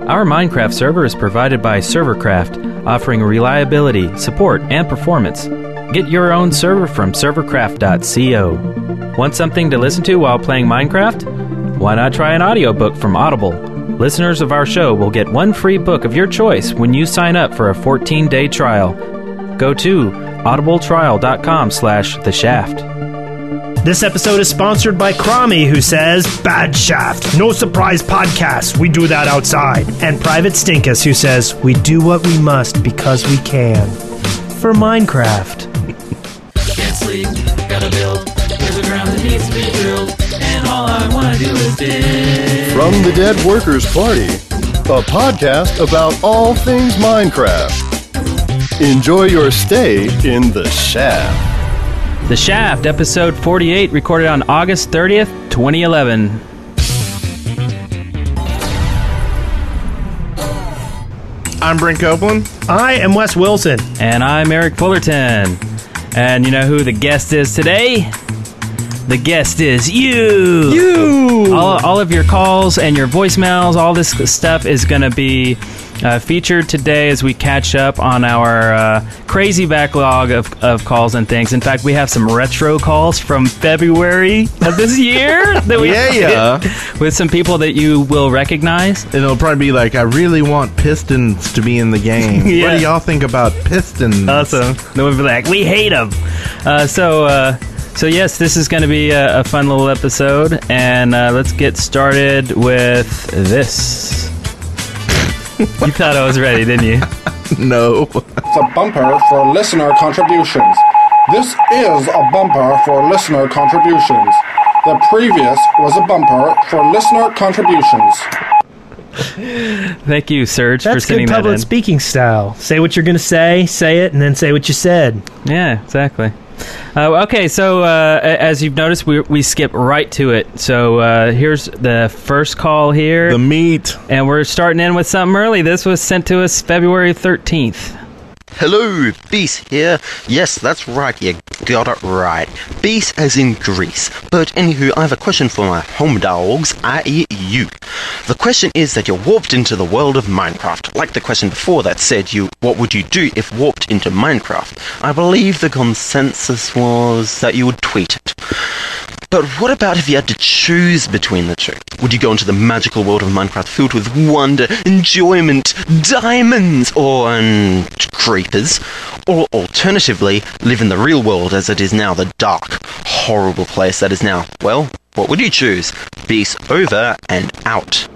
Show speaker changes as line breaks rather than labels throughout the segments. Our Minecraft server is provided by Servercraft, offering reliability, support, and performance. Get your own server from servercraft.co. Want something to listen to while playing Minecraft? Why not try an audiobook from Audible? Listeners of our show will get one free book of your choice when you sign up for a 14-day trial. Go to audibletrial.com slash the shaft.
This episode is sponsored by Crommy, who says, Bad Shaft, no surprise podcast, we do that outside. And Private Stinkus, who says, We do what we must because we can. For Minecraft.
Can't sleep, gotta build. There's a ground that needs to be drilled, and all I wanna do is dig.
From the Dead Workers Party, a podcast about all things Minecraft. Enjoy your stay in the shaft.
The Shaft, episode 48, recorded on August 30th, 2011.
I'm Brent Copeland.
I am Wes Wilson.
And I'm Eric Fullerton. And you know who the guest is today? The guest is you. You. All, all of your calls and your voicemails, all this stuff is going to be uh, featured today as we catch up on our uh, crazy backlog of, of calls and things. In fact, we have some retro calls from February of this year that we
Yeah, yeah.
with some people that you will recognize.
It'll probably be like, I really want Pistons to be in the game. What
Yeah.
do y'all think about Pistons?
Awesome. Then we'll be like, we hate them. Uh, so, uh, so yes, this is going to be a, a fun little episode, and uh, let's get started with this. you thought I was ready, didn't you?
No.
It's a bumper for listener contributions. This is a bumper for listener contributions. The previous was a bumper for listener contributions.
Thank you, Serge, for
That's
sending
good
that
public
in.
speaking style. Say what you're going to say, say it, and then say what you said.
Yeah, exactly. Uh, okay, so uh, a- as you've noticed, we, we skip right to it. So uh, here's the first call here,
the meat.
and we're starting in with something early. This was sent to us February 13th.
Hello, Beast here. Yes, that's right, you got it right. Beast as in Greece. But anywho, I have a question for my home dogs, i.e. you. The question is that you're warped into the world of Minecraft. Like the question before that said you, what would you do if warped into Minecraft? I believe the consensus was that you would tweet it. But what about if you had to choose between the two? Would you go into the magical world of Minecraft filled with wonder, enjoyment, diamonds, or um, creepers? Or alternatively, live in the real world as it is now, the dark, horrible place that is now? Well, what would you choose? Peace over and out.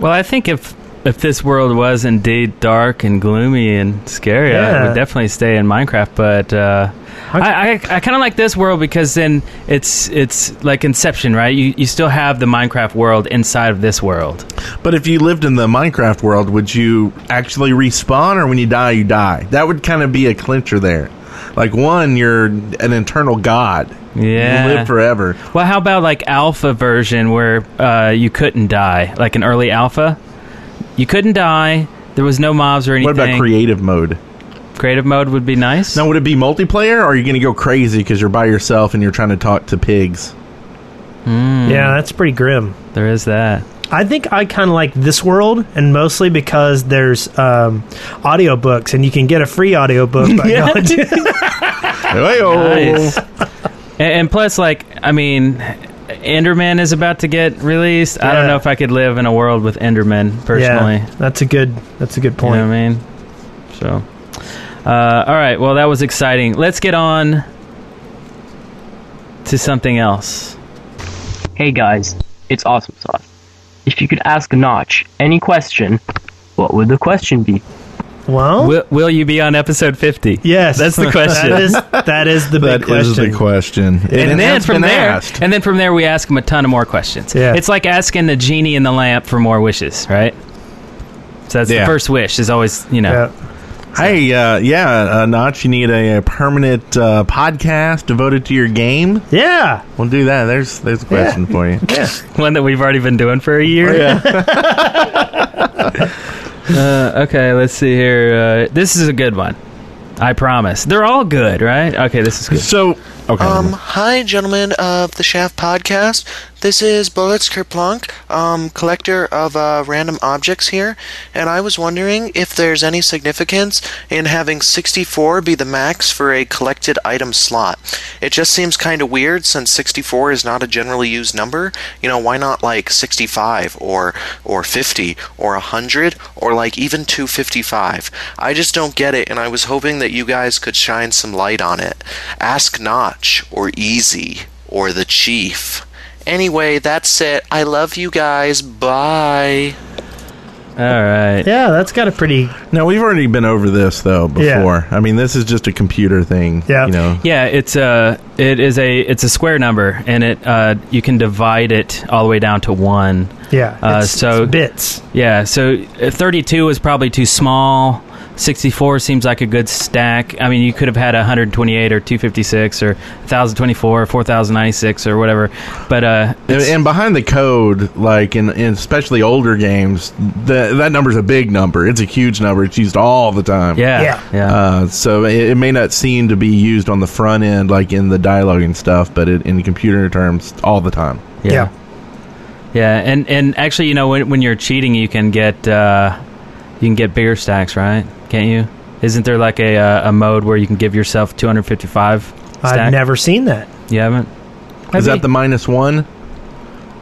Well, I think if if this world was indeed dark and gloomy and scary, I
Yeah.
would definitely stay in Minecraft. But uh, I I, I kind of like this world because then it's it's like Inception, right? You you still have the Minecraft world inside of this world.
But if you lived in the Minecraft world, would you actually respawn or when you die, you die? That would kind of be a clincher there. Like, one, you're an eternal god.
Yeah.
You live forever.
Well, how about like alpha version where uh, you couldn't die, like an early alpha? You couldn't die. There was no mobs or anything.
What about creative mode?
creative mode? Would be nice.
Now, would it be multiplayer or are you going to go crazy because you're by yourself and you're trying to talk to pigs?
Yeah, that's pretty grim.
Hmm. there is that.
I think I kind of like this world, and mostly because there's um, audiobooks, and you can get a free audiobook by going to
Nice. and, and plus, like, I mean, Enderman is about to get released. I don't
Yeah.
know if I could live in a world with Enderman personally.
Yeah, that's a good. That's a good
You
point.
know what I mean? So, uh, all right. Well, that was exciting. Let's get on to something else.
Hey guys, it's Awesome Sauce. If you could ask Notch any question, what would the question be?
Well,
Will, will you be on episode fifty?
yes,
that's the question.
that is that is the
That
big
is
question.
the question.
And then
that's
from
been
there,
asked.
and then from there, we ask him a ton of more questions.
Yeah.
It's like asking the genie in the lamp for more wishes, right? So that's
Yeah.
the first wish is always, you know,
Yeah.
Hey, uh, yeah, uh, Notch, you need a, a permanent uh, podcast devoted to your game?
yeah,
We'll do that. There's there's a question for you.
one that we've already been doing for a year. uh, okay, let's see here. Uh, this is a good one. I promise. They're all good, right? Okay, this is good.
So Okay.
Um, hi, gentlemen of the Shaft podcast. This is Bullets Kerplunk, um, collector of uh, random objects here, and I was wondering if there's any significance in having 64 be the max for a collected item slot. It just seems kind of weird since 64 is not a generally used number. You know, why not like 65 or or 50 or 100 or like even 255? I just don't get it, and I was hoping that you guys could shine some light on it. Ask Notch or Easy or the Chief. Anyway, that's it. I love you guys. Bye.
All right.
Yeah, that's got a pretty.
Now we've already been over this though before.
Yeah.
I mean, this is just a computer thing.
Yeah.
You know.
Yeah, it's a it is a it's a square number, and it uh, you can divide it all the way down to one.
Yeah.
Uh,
it's-
so-
it's bits.
Yeah, so uh, 32 is probably too small. 64 seems like a good stack. I mean, you could have had 128 or 256 or 1024 or 4096 or whatever. But uh,
And,
it's-
and behind the code, like in, in especially older games, the, that number's a big number. It's a huge number. It's used all the time.
yeah,
Yeah.
yeah,
Uh, so it, it may not seem to be used on the front end, like in the dialogue and stuff, but it, in computer terms, all the time.
yeah,
yeah.
yeah, And and actually, you know, when, when you're cheating, you can get uh, you can get bigger stacks, right? Can't you? Isn't there like a uh, a mode where you can give yourself 255? Stack?
I've never seen that.
You haven't.
Is that the minus one?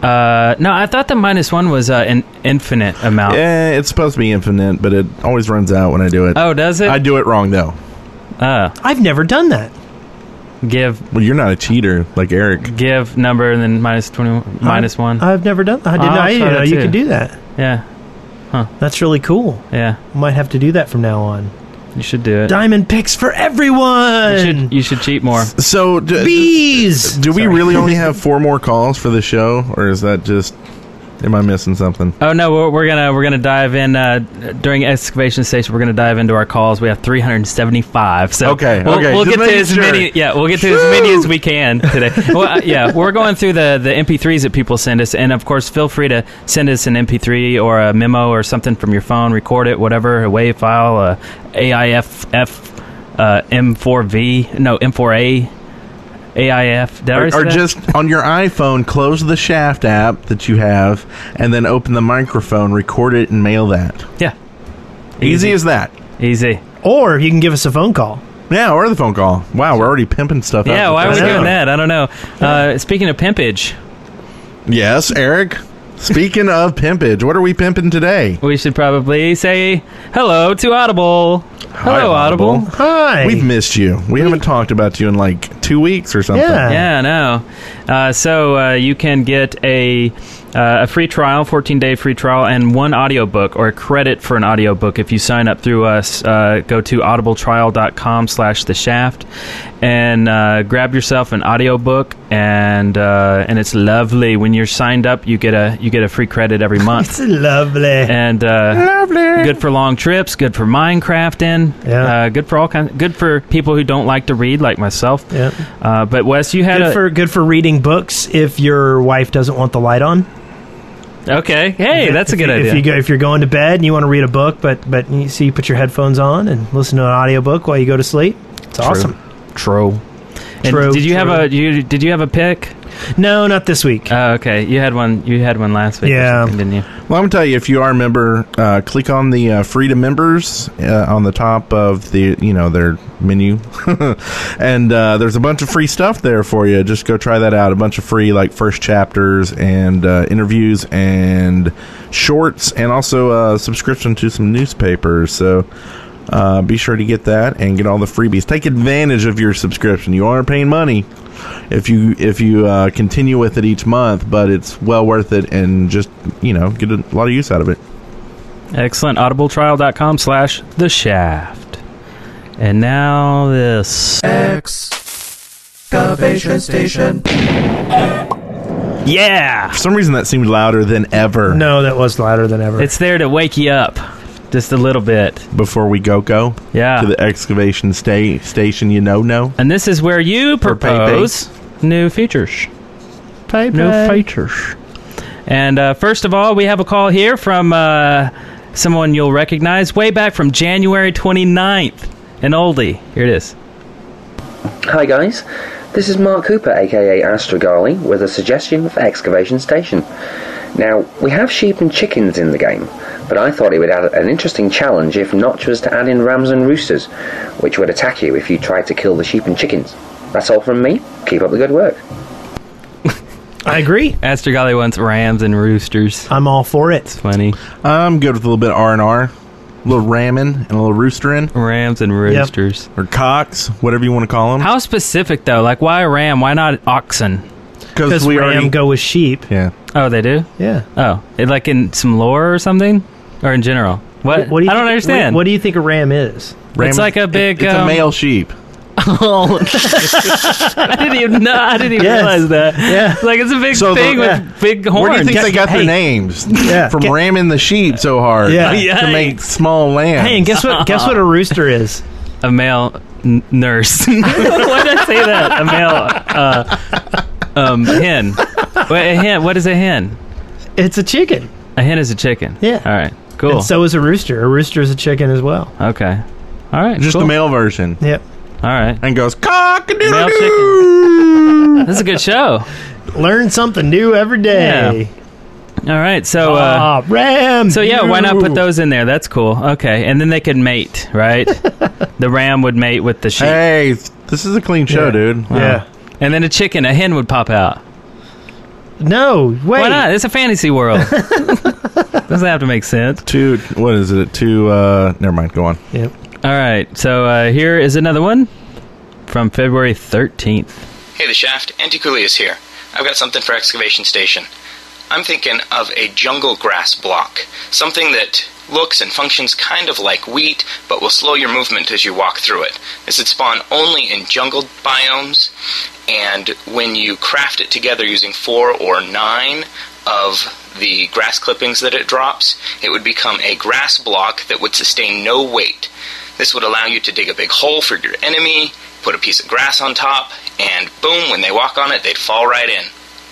Uh, no, I thought the minus one was uh, an infinite amount.
Yeah, Eh, it's supposed to be infinite, but it always runs out when I do it.
Oh, does it?
I do it wrong though.
Uh,
I've never done that.
give
Well, you're not a cheater like Eric.
give number and then minus 20 minus 1
I've never done. I didn't,
I'll
I didn't
try
know
that
you
too.
could do that.
yeah
That's really cool.
yeah
Might have to do that from now on.
you should do it
Diamond picks for
you
everyone.
should you should cheat more
So d-
Bees.
Do we really only have four more calls for the show, or is that just? Am I missing something?
oh no we're, we're gonna we're gonna dive in uh during excavation station we're gonna dive into our calls we have 375 so
Okay,
we'll,
okay,
we'll
just
get to
making
as
sure.
many yeah we'll get to as many as we can today well, uh, yeah we're going through the the mp3s that people send us and of course feel free to send us an mp3 or a memo or something from your phone record it whatever a wave file uh, a aiff uh, m4v no m4a AIF. Did I
Or,
already say
or
that?
just on your iPhone, close the Shaft app that you have, and then open the microphone, record it, and mail that.
yeah,
Easy, as that.
easy.
Or you can give us a phone call.
Yeah, or the phone call. Wow, we're already pimping stuff.
Yeah,
out
why are we
with
I know.
doing that? I don't know. Uh, speaking of pimpage,
Yes, Eric. Speaking of pimpage, what are we pimping today?
we should probably say hello to Audible. Hello, Audible.
Hi.
We've missed you. We haven't talked about you in like two weeks or something.
Yeah.
Yeah, I know. Uh, so uh, you can get a uh, a free trial, 14 day free trial, and one audiobook or a credit for an audiobook if you sign up through us. Uh, go to audibletrial.com slash the shaft and uh, grab yourself an audiobook and uh, and it's lovely. When you're signed up, you get a you get a free credit every month.
It's lovely. Ah.
and uh, good for long trips, good for Minecrafting,
Yeah.
uh, good for all kinds, good for people who don't like to read like myself.
Yeah.
Uh, but Wes, you had
Good
a
for good for reading books if your wife doesn't want the light on.
okay. Hey, that's a
If
good
you-
idea.
If you go, if you're going to bed and you want to read a book, but but you see, you put your headphones on and listen to an audiobook while you go to sleep. It's awesome.
True. And
True,
did you have
true.
a you did you have a pick?
No, not this week.
Oh, okay. You had one. You had one last week. or
Yeah.
something, didn't you?
Well, I'm gonna tell you, if you are a member, uh, click on the uh, free to members uh, on the top of the you know their menu, and uh, there's a bunch of free stuff there for you. Just go try that out. A bunch of free like first chapters and uh, interviews and shorts, and also uh, subscription to some newspapers. So. Uh, be sure to get that and get all the freebies. Take advantage of your subscription. You are paying money if you if you uh, continue with it each month, but it's well worth it, and just you know get a lot of use out of it.
Excellent. Audibletrial.com slash the shaft. And now this.
Excavation station.
Yeah.
For some reason, that seemed louder than ever.
No, that was louder than ever.
It's there to wake you up, just a little bit.
Before we go go
Yeah.
to the excavation sta- station, you know no.
And this is where you propose new features. New features. And uh, first of all, we have a call here from uh, someone you'll recognize way back from January 29th, an oldie. Here it is.
Hi guys,
This is Mark Cooper, aka Astrogali, with a suggestion for Excavation Station. Now, we have sheep and chickens in the game, but I thought it would add an interesting challenge if Notch was to add in rams and roosters, which would attack you if you tried to kill the sheep and chickens. That's all from me. Keep up the good work.
I agree.
Astrogally wants rams and roosters.
I'm all for it.
Funny.
I'm good with a little bit of R&R, a little ramming and a little roostering,
Rams and roosters.
or cocks, whatever you want to call them.
How specific though? Like why a ram? Why not oxen?
Because
Because
we
ram
already...
go with sheep.
Yeah.
Oh, they do.
Yeah.
Oh, it, like in some lore or something, or in general.
do
What?
you
I don't
think-
understand.
What, what do you think a ram is?
Ram-
It's like a big,
it's
um,
a male sheep.
I didn't even know. I didn't even
Yes.
realize that.
Yeah.
Like it's a big
So the-
thing with
yeah.
big
Where
horns.
do you think they got
hey.
their names?
Yeah.
From
Get-
ramming the sheep so hard
Yeah.
to make small lambs.
Hey, and guess what? guess what a rooster is?
a male n- nurse. Why did I say that? A male uh, um, hen. Wait, a hen. What is a hen?
It's a chicken.
A hen is a chicken.
Yeah.
All right. Cool.
And so is a rooster. A rooster is a chicken as well.
okay. All right.
Just
cool.
the male version.
Yep.
All right.
And goes, cock a
Male
doodle
This is a good show.
Learn something new every day.
All right. So. Uh,
Ah, ram.
so yeah, why not put
you.
those in there? That's cool. Okay, and then they could mate, right? the ram would mate with the sheep,
Hey, this is a clean show,
Yeah.
dude.
Yeah.
and then a chicken, a hen would pop out.
No. Wait.
Why not? It's a fantasy world. Doesn't have to make sense.
Two, what is it? Two, uh, never mind, go on.
Yep.
All right, so uh, here is another one from February 13th.
Hey, the shaft. Anticulius here. I've got something for excavation station. I'm thinking of a jungle grass block, something that looks and functions kind of like wheat, but will slow your movement as you walk through it. This would spawn only in jungle biomes, and when you craft it together using four or nine of the grass clippings that it drops, it would become a grass block that would sustain no weight. This would allow you to dig a big hole for your enemy, put a piece of grass on top, and boom, when they walk on it, they'd fall right in.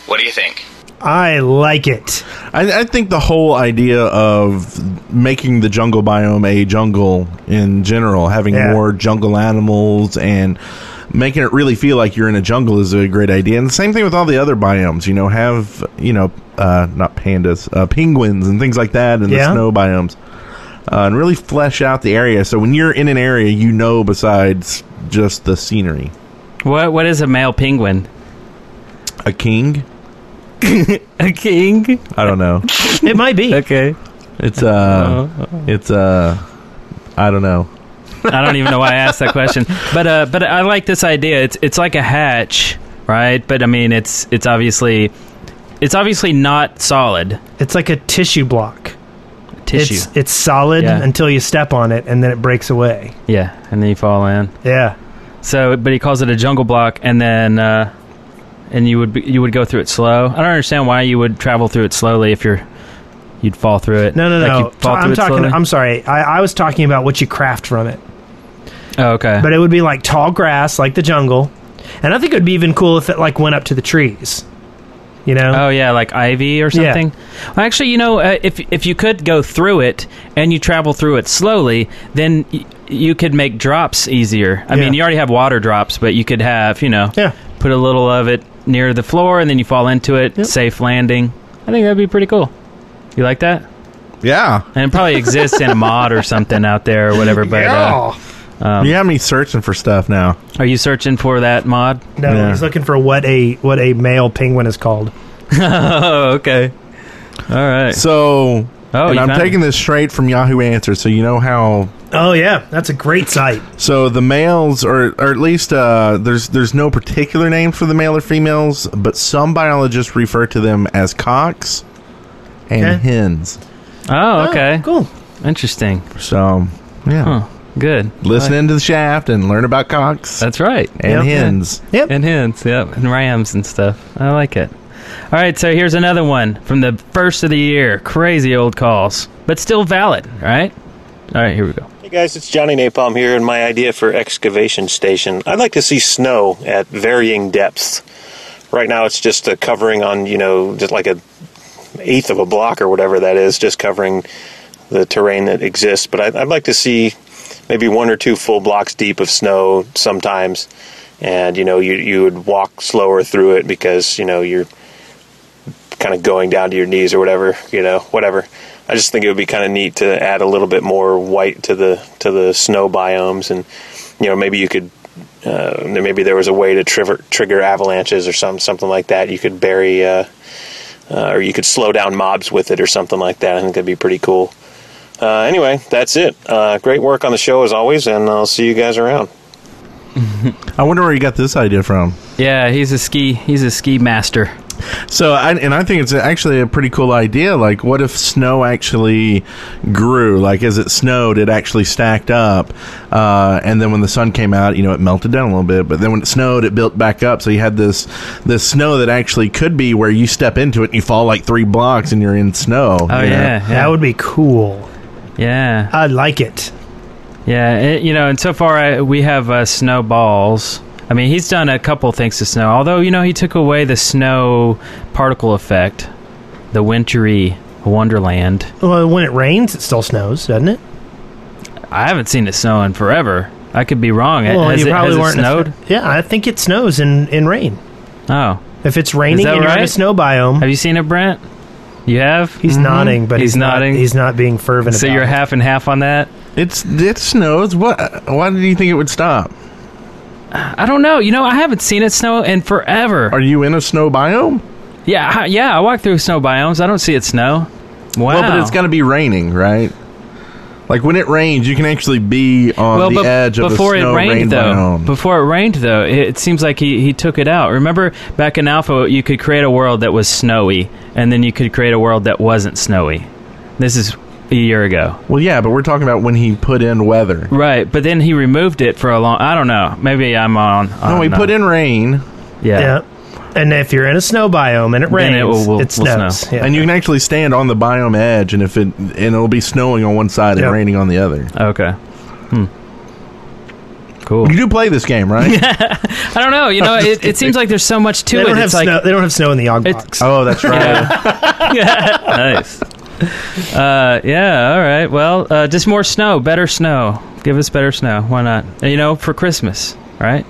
What do you think?
I like it.
I, I think the whole idea of making the jungle biome a jungle in general, having
Yeah.
more jungle animals and making it really feel like you're in a jungle is a great idea. And the same thing with all the other biomes, you know, have, you know, uh, not pandas, uh, penguins and things like that in
Yeah.
the snow biomes. Uh, and really flesh out the area. So when you're in an area, you know, besides just the scenery,
What what is a male penguin?
a king.
A king?
I don't know.
It might be.
Okay.
It's uh,
Uh-huh.
it's uh, I don't know.
I don't even know why I asked that question, but uh, but I like this idea. It's it's like a hatch, right? But I mean, it's it's obviously it's obviously not solid
It's like a tissue block.
tissue.
It's it's solid
Yeah.
until you step on it, and then it breaks away.
yeah, and then you fall in.
Yeah.
So, but he calls it a jungle block, and then uh, and you would be, you would go through it slow. I don't understand why you would travel through it slowly if you're you'd fall through it.
No, no,
Like,
no.
you'd fall through
I'm
it
talking.
slowly?
I'm sorry. I, I was talking about what you craft from it.
oh, okay.
But it would be like tall grass, like the jungle, and I think it would be even cool if it like went up to the trees. You know?
Oh yeah, like ivy
Yeah.
or something. Well, actually, you know, uh, if if you could go through it and you travel through it slowly, then y- you could make drops easier. I
Yeah.
mean, you already have water drops, but you could have, you know,
Yeah.
put a little of it near the floor and then you fall into it, safe landing. I think that'd be pretty cool. You like that?
Yeah.
And it probably exists in a mod or something out there or whatever. But uh,
you have me searching for stuff now.
are you searching for that mod?
no,
yeah.
he's looking for what a what a male penguin is called.
oh, okay. All right.
So,
Oh,
and
you
I'm
found
taking this straight from Yahoo Answers. So you know how.
Oh yeah, that's a great site.
So the males, or or at least uh, there's there's no particular name for the male or females, but some biologists refer to them as cocks and
Okay.
hens.
Oh, okay.
cool.
Interesting.
So yeah,
Huh. Good.
listen into the shaft and learn about cocks
That's right.
and
Yep.
hens.
Yep.
And hens, yep, and rams and stuff. I like it. All right, so here's another one from the first of the year. Crazy old calls, but still valid, right? All right, here we go.
Hey guys, it's Johnny Napalm here, and my idea for excavation station. I'd like to see snow at varying depths. Right now, it's just a covering on, you know, just like a eighth of a block or whatever that is, just covering the terrain that exists. But I'd, I'd like to see maybe one or two full blocks deep of snow sometimes,
and you know you you would walk slower through it because you know you're kind of going down to your knees or whatever, you know, whatever. I just think it would be kind of neat to add a little bit more white to the to the snow biomes, and you know maybe you could uh, maybe there was a way to trigger trigger avalanches or some something like that. You could bury uh, uh, or you could slow down mobs with it or something like that. I think that'd be pretty cool. Uh, anyway, that's it. Uh, great work on the show as always, and I'll see you guys around.
I wonder where you got this idea from.
Yeah, he's a ski. He's a ski master.
So, I, and I think it's actually a pretty cool idea. Like, what if snow actually grew? Like, as it snowed, it actually stacked up, uh, and then when the sun came out, you know, it melted down a little bit. But then when it snowed, it built back up. So you had this this snow that actually could be where you step into it and you fall like three blocks and you're in snow.
Oh
you know?
yeah,
That would be cool.
Yeah,
I like it.
Yeah, it, you know, and so far I, we have uh, snowballs. I mean, he's done a couple things to snow. Although you know, he took away the snow particle effect, the wintry wonderland.
Well, when it rains, it still snows, doesn't it?
I haven't seen it snow in forever. I could be wrong.
well,
has
you
it,
probably
has it
weren't. in a
snowed?
sn- yeah, I think it snows in in rain.
Oh,
If it's raining
that
and you're in a
right?
snow biome,
have you seen it, Brent? You have.
He's
Mm-hmm.
nodding, but he's, nodding. Not, he's not being fervent.
So
about
you're
it.
half and half on that.
It's it snows. What? Why do you think it would stop?
I don't know. You know, I haven't seen it snow in forever. Are
you in a snow biome?
Yeah, I- yeah. I walk through snow biomes. I don't see it snow. Wow.
Well, but it's going to be raining, right? Like when it rains, you can actually be on the
bef-
edge of
before
a snow
it rained
rain
though.
biome.
Before it rained though, it, it seems like he, he took it out. Remember back in Alpha, you could create a world that was snowy, and then you could create a world that wasn't snowy. This is a year ago,
Well, yeah, but we're talking about when he put in weather.
right? But then he removed it for a long. I don't know. Maybe I'm on.
No, he put in rain.
Yeah.
And if you're in a snow biome and it rains,
Then
it,
it will- will- will
snows.
snow.
Yeah.
And you can actually stand on the biome edge, and if it and it'll be snowing on one side
Yep.
and raining on the other.
Okay. Hmm. Cool.
You do play this game, right?
I don't know. You know, it, it seems like there's so much to
they
it.
don't have
it's like
snow. They don't have snow in the og box.
Oh, that's right.
nice. Uh, yeah. All right. Well, uh, just more snow. Better snow. Give us better snow. Why not? And, you know, for Christmas. All right.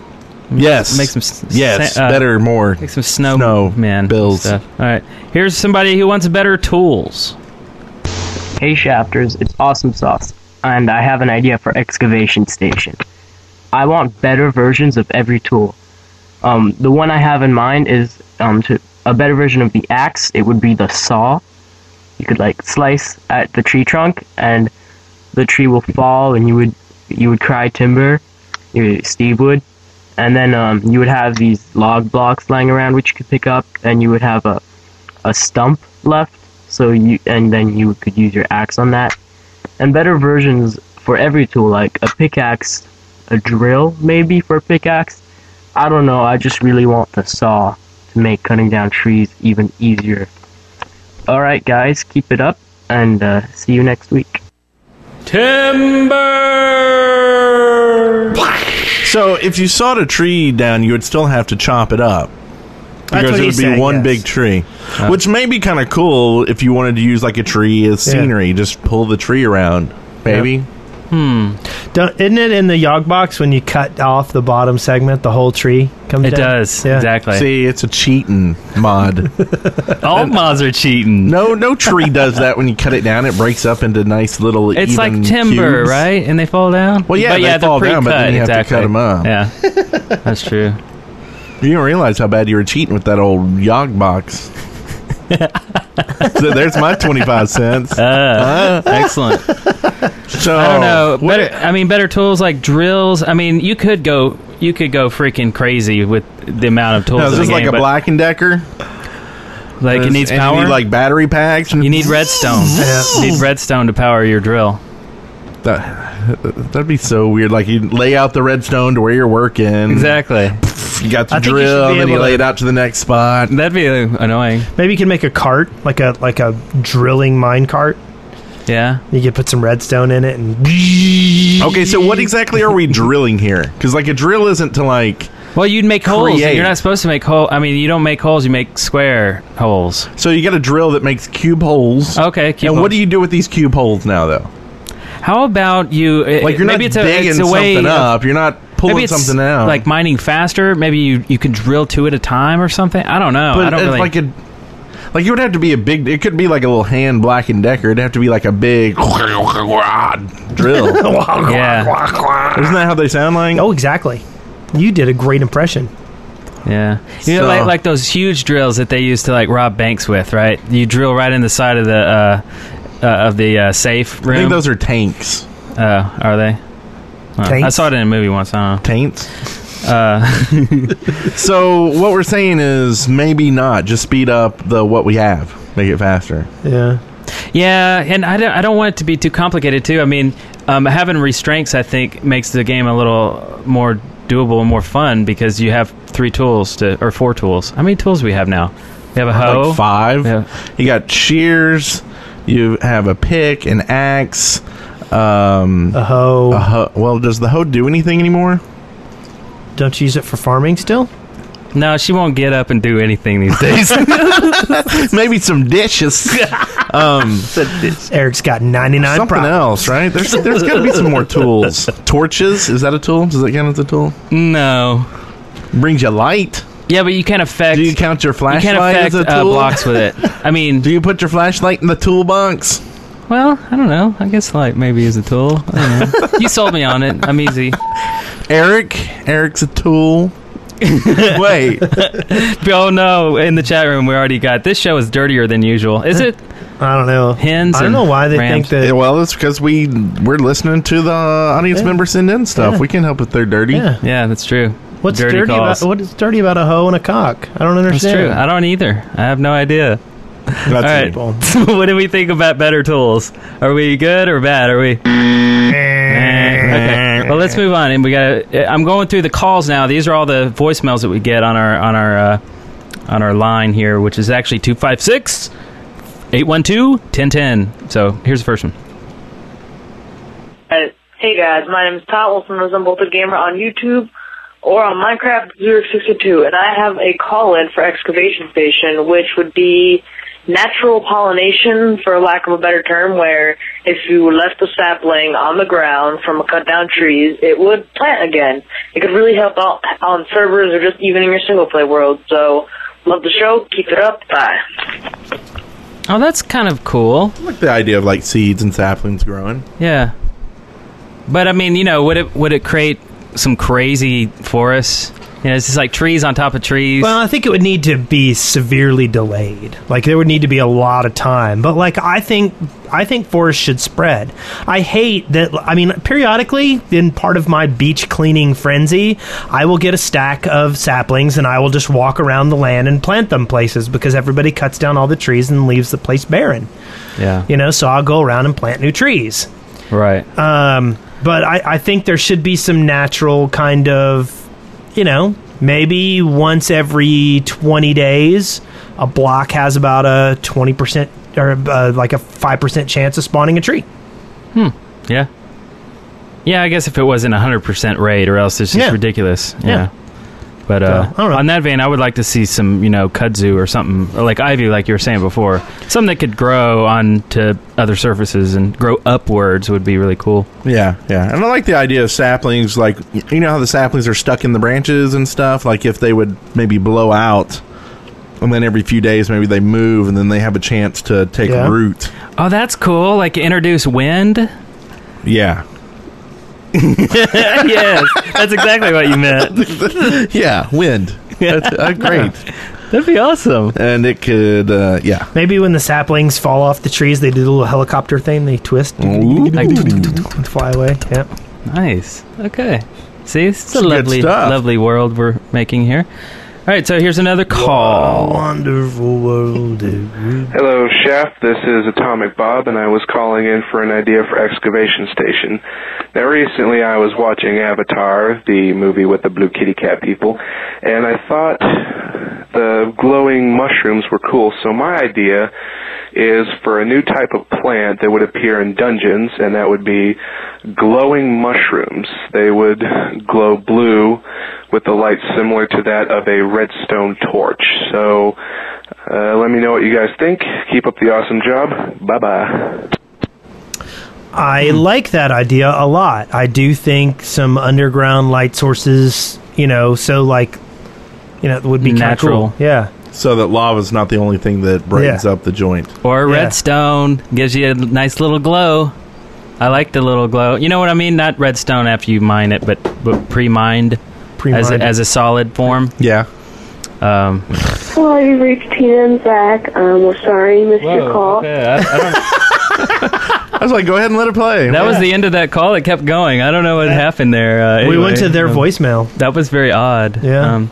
Yes.
Make some. s-
Yes,
sa- uh,
better, more.
Make some snow.
snow
man
bills.
stuff. All right. Here's somebody who wants better tools.
Hey Shafters, it's Awesome Sauce, and I have an idea for excavation station. I want better versions of every tool. Um, the one I have in mind is um, to a better version of the axe. It would be the saw. You could like slice at the tree trunk, and the tree will fall, and you would you would cry timber, you, Steve would, and then um, you would have these log blocks lying around which you could pick up, and you would have a a stump left. So you and then you could use your axe on that. And better versions for every tool, like a pickaxe, a drill maybe for a pickaxe. I don't know. I just really want the saw to make cutting down trees even easier. All right, guys, keep it up, and uh, see you next week.
Timber.
So if you sawed a tree down, you would still have to chop it up.
That's
Because
what
it would
he
be
said,
one
yes.
big tree, which may be kind of cool if you wanted to use like a tree as
Yeah.
scenery. Just pull the tree around, maybe.
Hmm.
Don't, isn't it in the yog box when you cut off the bottom segment, the whole tree comes?
It
down?
does.
Yeah.
Exactly.
See, it's a cheating mod.
All mods are cheating.
No, no tree does that. When you cut it down, it breaks up into nice little.
It's
even
like timber,
cubes.
right? And they fall down.
Well, yeah,
But
they
yeah, they're
fall down, but then
pre-cut,
you have to
exactly.
cut 'em up.
Yeah, that's true.
You don't realize how bad you were cheating with that old yog box. so there's my twenty-five cents.
Uh, excellent.
So
I don't know.
what-
Better, I mean, better tools like drills. I mean, you could go, you could go freaking crazy with the amount of tools.
No,
in
is
the
this like
game,
a
but,
Black and Decker?
Like it
Is-
needs
and you
power.
need, like battery packs.
you need redstone. You need redstone to power your drill.
That, that'd be so weird. Like you lay out the redstone to where you're working.
Exactly.
You got the
I think you should
drill,
be
and then you
able
lay
to-
it out to the next spot.
That'd be uh, annoying.
Maybe you can make a cart, like a like a drilling mine cart.
Yeah.
You could put some redstone in it, and
Okay, so what exactly are we drilling here? Because like a drill isn't to like.
Well, you'd make holes. and
Create.
You're not supposed to make hole. I mean, you don't make holes. You make square holes.
So you got a drill that makes cube holes.
Okay. Cube
and
holes.
what do you do with these cube holes now, though?
How about you? uh,
Like you're
maybe
not
it's a,
digging
it's a way
something
of-
up. You're not pulling something out.
like mining faster. Maybe you you can drill two at a time or something. I don't know.
But
I don't
it's
really.
like a like it would have to be a big. It could be like a little hand black and decker. It'd have to be like a big drill.
Yeah.
Isn't that how they sound like?
Oh, exactly. You did a great impression.
Yeah, you know,
So-
like like those huge drills that they used to like rob banks with, right? You drill right in the side of the uh, uh, of the uh, safe room.
those are tanks.
Uh, are they? Uh, I
Tanks?
saw it in a movie once. I don't know.
Taints.
Uh.
so what we're saying is maybe not. Just speed up the what we have. Make it faster.
Yeah.
Yeah, and I don't, I don't want it to be too complicated too. I mean, um, having restraints I think makes the game a little more doable and more fun because you have three tools to or four tools. How many tools do we have now? We have a hoe.
Like five. You got shears. You have a pick, an axe, um,
a hoe.
Well, does the hoe do anything anymore?
Don't you use it for farming still?
No, she won't get up and do anything these days.
Maybe some dishes. um,
Eric's got 99
Something
problems.
else, right? There's there's got to be some more tools. Torches is that a tool? Does that count as a tool?
No.
Brings you light.
Yeah, but you can't affect.
Do you count your
can't
flashlight
affect,
as a
uh,
tool?
blocks with it. I mean,
do you put your flashlight in the toolbox?
Well, I don't know. I guess light maybe is a tool. I don't know. you sold me on it. I'm easy.
Eric, Eric's a tool. Wait.
oh no! In the chat room, we already got this show is dirtier than usual. Is it?
I don't know.
Hens.
I don't
and
know why they
rams.
think that. well, it's because we we're listening to the audience
Yeah.
members send in stuff.
Yeah.
We can help if they're dirty.
Yeah.
Yeah, that's true.
What's dirty, about what is dirty about a hoe and a cock? I don't
That's true.
understand.
I don't either. I have no idea. All right. what do we think about better tools? Are we good or bad? Are we? okay. Well, let's move on. And we got. I'm going through the calls now. These are all the voicemails that we get on our on our uh, on our line here, which is actually 256 812 1010. So here's the first one.
Uh, hey guys, my name is Todd Wilson, Resembled Gamer on YouTube or on Minecraft 062, and I have a call in for Excavation Station, which would be natural pollination, for lack of a better term, where if you left the sapling on the ground from a cut down trees, it would plant again. It could really help out on servers or just even in your single play world. So, love the show, keep it up, bye.
Oh, that's kind of cool.
I like the idea of like seeds and saplings growing.
Yeah. But I mean, you know, would it would it create some crazy forests? You know, it's just like trees on top of trees.
Well, I think it would need to be severely delayed. Like there would need to be a lot of time. But like I think I think forests should spread. I hate that I mean periodically in part of my beach cleaning frenzy, I will get a stack of saplings and I will just walk around the land and plant them places because everybody cuts down all the trees and leaves the place barren.
yeah.
You know, so I'll go around and plant new trees.
Right.
Um, but I, I think there should be some natural kind of, you know, maybe once every 20 days, a block has about a 20% or uh, like a 5% chance of spawning a tree.
Hmm. Yeah. Yeah, I guess if it wasn't a hundred percent raid, or else it's just ridiculous. Yeah.
Yeah.
But uh,
So, I don't know.
on that vein, I would like to see some, you know, kudzu or something or like ivy, like you were saying before. Something that could grow onto other surfaces and grow upwards would be really cool.
Yeah, yeah. And I like the idea of saplings. Like, you know how the saplings are stuck in the branches and stuff? Like, if they would maybe blow out, and then every few days, maybe they move, and then they have a chance to take
Yeah.
root.
Oh, that's cool! Like introduce wind.
Yeah.
yes, that's exactly what you meant.
yeah, wind. That's, uh, great.
That'd be awesome.
And it could, uh, yeah.
Maybe when the saplings fall off the trees, they do the little helicopter thing, they twist and fly away. Yep.
Nice. Okay. See, it's a
Some good
lovely,
stuff.
lovely world we're making here. All right, so here's another call.
wonderful world.
Hello, Chef. This is Atomic Bob, and I was calling in for an idea for Excavation Station. Now, recently I was watching Avatar, the movie with the blue kitty cat people, and I thought the glowing mushrooms were cool, so my idea is for a new type of plant that would appear in dungeons, and that would be glowing mushrooms. They would glow blue with the light similar to that of a redstone torch. So, uh, let me know what you guys think. Keep up the awesome job. Bye bye.
I like that idea a lot. I do think some underground light sources, you know, so like, you know, would be kind of cool. Yeah.
So that lava's not the only thing that brightens up the joint.
Or redstone gives you a nice little glow. I like the little glow. You know what I mean? Not redstone after you mine it, but but pre-mined, as a,
Pre-mined.
as a solid form.
Yeah.
Um,
Hello, you've reached Tina and Zach. Um, we're sorry you missed your call.
I was like, go ahead and let it play.
That was the end of that call. It kept going. I don't know what happened there. Uh,
We went to
Um,
their
voicemail. That was very odd. Yeah. Um,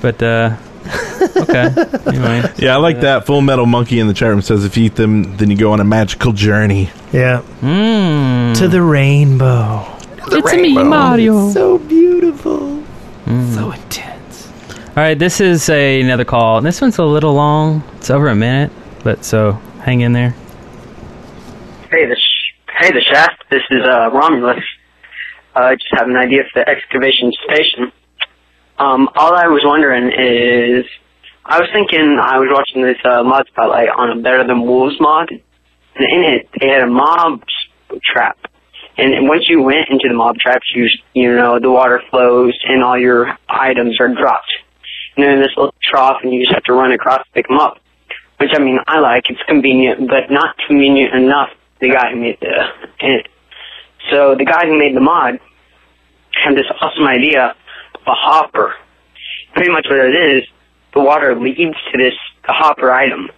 but uh, okay. Anyway.
Yeah, I like that. Full Metal Monkey in the chat room says, if you eat them, then you go on a magical journey.
Yeah.
Hmm.
To the rainbow.
It's a me, rainbow. Mario.
So beautiful. So intense.
Mm. All right. This is a, another call. And this one's a little long. It's over a minute, but so hang in there.
Hey, the sh- hey, the shaft. This is uh, Romulus. Uh, I just have an idea for the excavation station. Um, all I was wondering is, I was thinking I was watching this uh, mod spotlight on a Better Than Wolves mod, and in it they had a mob s- trap. And once you went into the mob traps, you s- you know the water flows and all your items are dropped. And they're in this little trough, and you just have to run across to pick them up. Which I mean, I like. It's convenient, but not convenient enough. The guy who made the and so the guy who made the mod had this awesome idea of a hopper. Pretty much what it is, the water leads to this hopper item,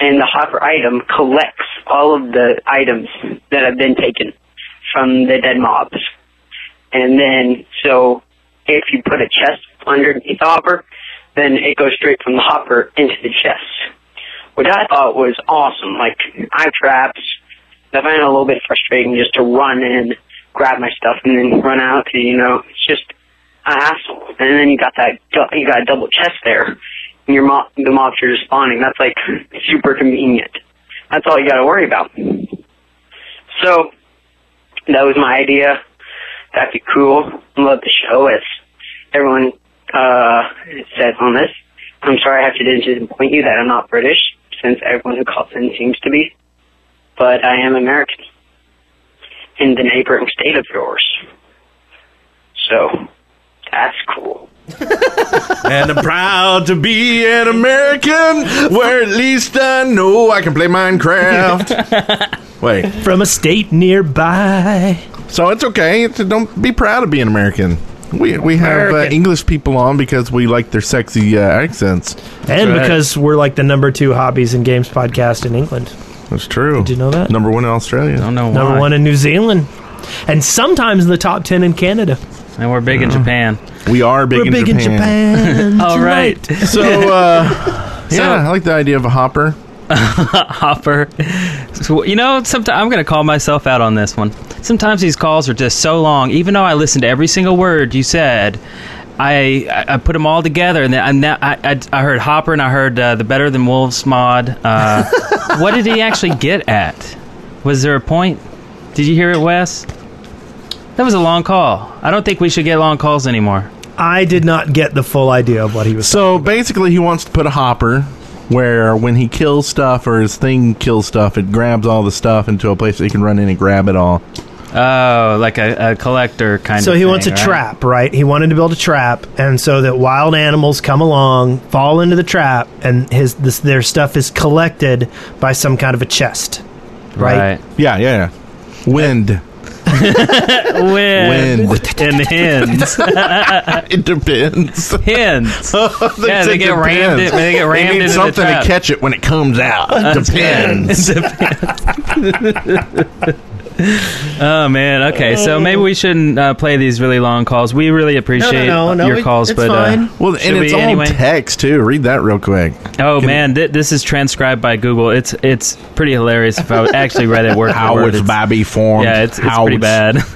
and the hopper item collects all of the items that have been taken from the dead mobs. And then, so if you put a chest underneath the hopper, then it goes straight from the hopper into the chest which I thought was awesome. Like eye traps. I find it a little bit frustrating just to run in, grab my stuff, and then run out. You know, it's just an asshole. And then you got that du- you got a double chest there, and your mo- the mobs are just spawning. That's like super convenient. That's all you got to worry about. So that was my idea. That'd be cool. Love the show as everyone uh, says on this. I'm sorry I have to disappoint you that I'm not British, since everyone who calls in seems to be. But I am American. In the neighboring state of yours. So, that's cool.
and I'm proud to be an American, where at least I know I can play Minecraft. Wait.
From a state nearby.
So it's okay. It's- don't be proud of being American. We, we have uh,
American.
English people on because we like their sexy uh, accents.
And because we're like the number two hobbies and games podcast in England.
That's true. Did
you know that?
Number one in Australia. I
know
Number one in New Zealand. And sometimes in the top ten in Canada.
And we're big in Japan.
We are big
We're
in
big in
Japan.
Japan.
All right.
So, uh,
So-
yeah, I like the idea of a hopper.
Hopper. So, you know, sometimes I'm going to call myself out on this one. Sometimes these calls are just so long. Even though I listened to every single word you said, I I, I put them all together, and then I'm now, I, I I heard Hopper and I heard uh, the Better Than Wolves mod. Uh, what did he actually get at? Was there a point? Did you hear it, Wes? That was a long call. I don't think we should get long calls anymore.
I did not get the full idea of what he was
So basically, he wants to put a hopper where when he kills stuff or his thing kills stuff, it grabs all the stuff into a place that he can run in and grab it all.
Oh, like a, a collector kind of.
so he
thing,
wants a
right?
trap, right? He wanted to build a trap, and so that wild animals come along, fall into the trap, and his this, their stuff is collected by some kind of a chest, right?
Yeah, yeah, yeah. Wind.
Wind.
Wind.
And hens.
it depends. Oh,
Hens. yeah, they
said
get rammed.
depends.
It, they get
They
rammed
need
into
something
the
to
trap.
catch it when it comes out.
That's
Depends.
good. oh man. Okay. So maybe we shouldn't uh, play these really long calls. We really appreciate your calls, but uh,
well,
should
and it's
we
all
anyway?
text too. Read that real quick.
Oh man, th- this is transcribed by Google. It's it's pretty hilarious. If I actually read it word for
How
word,
it's
it's-
Bobby formed.
Yeah, it's, it's
How
pretty bad.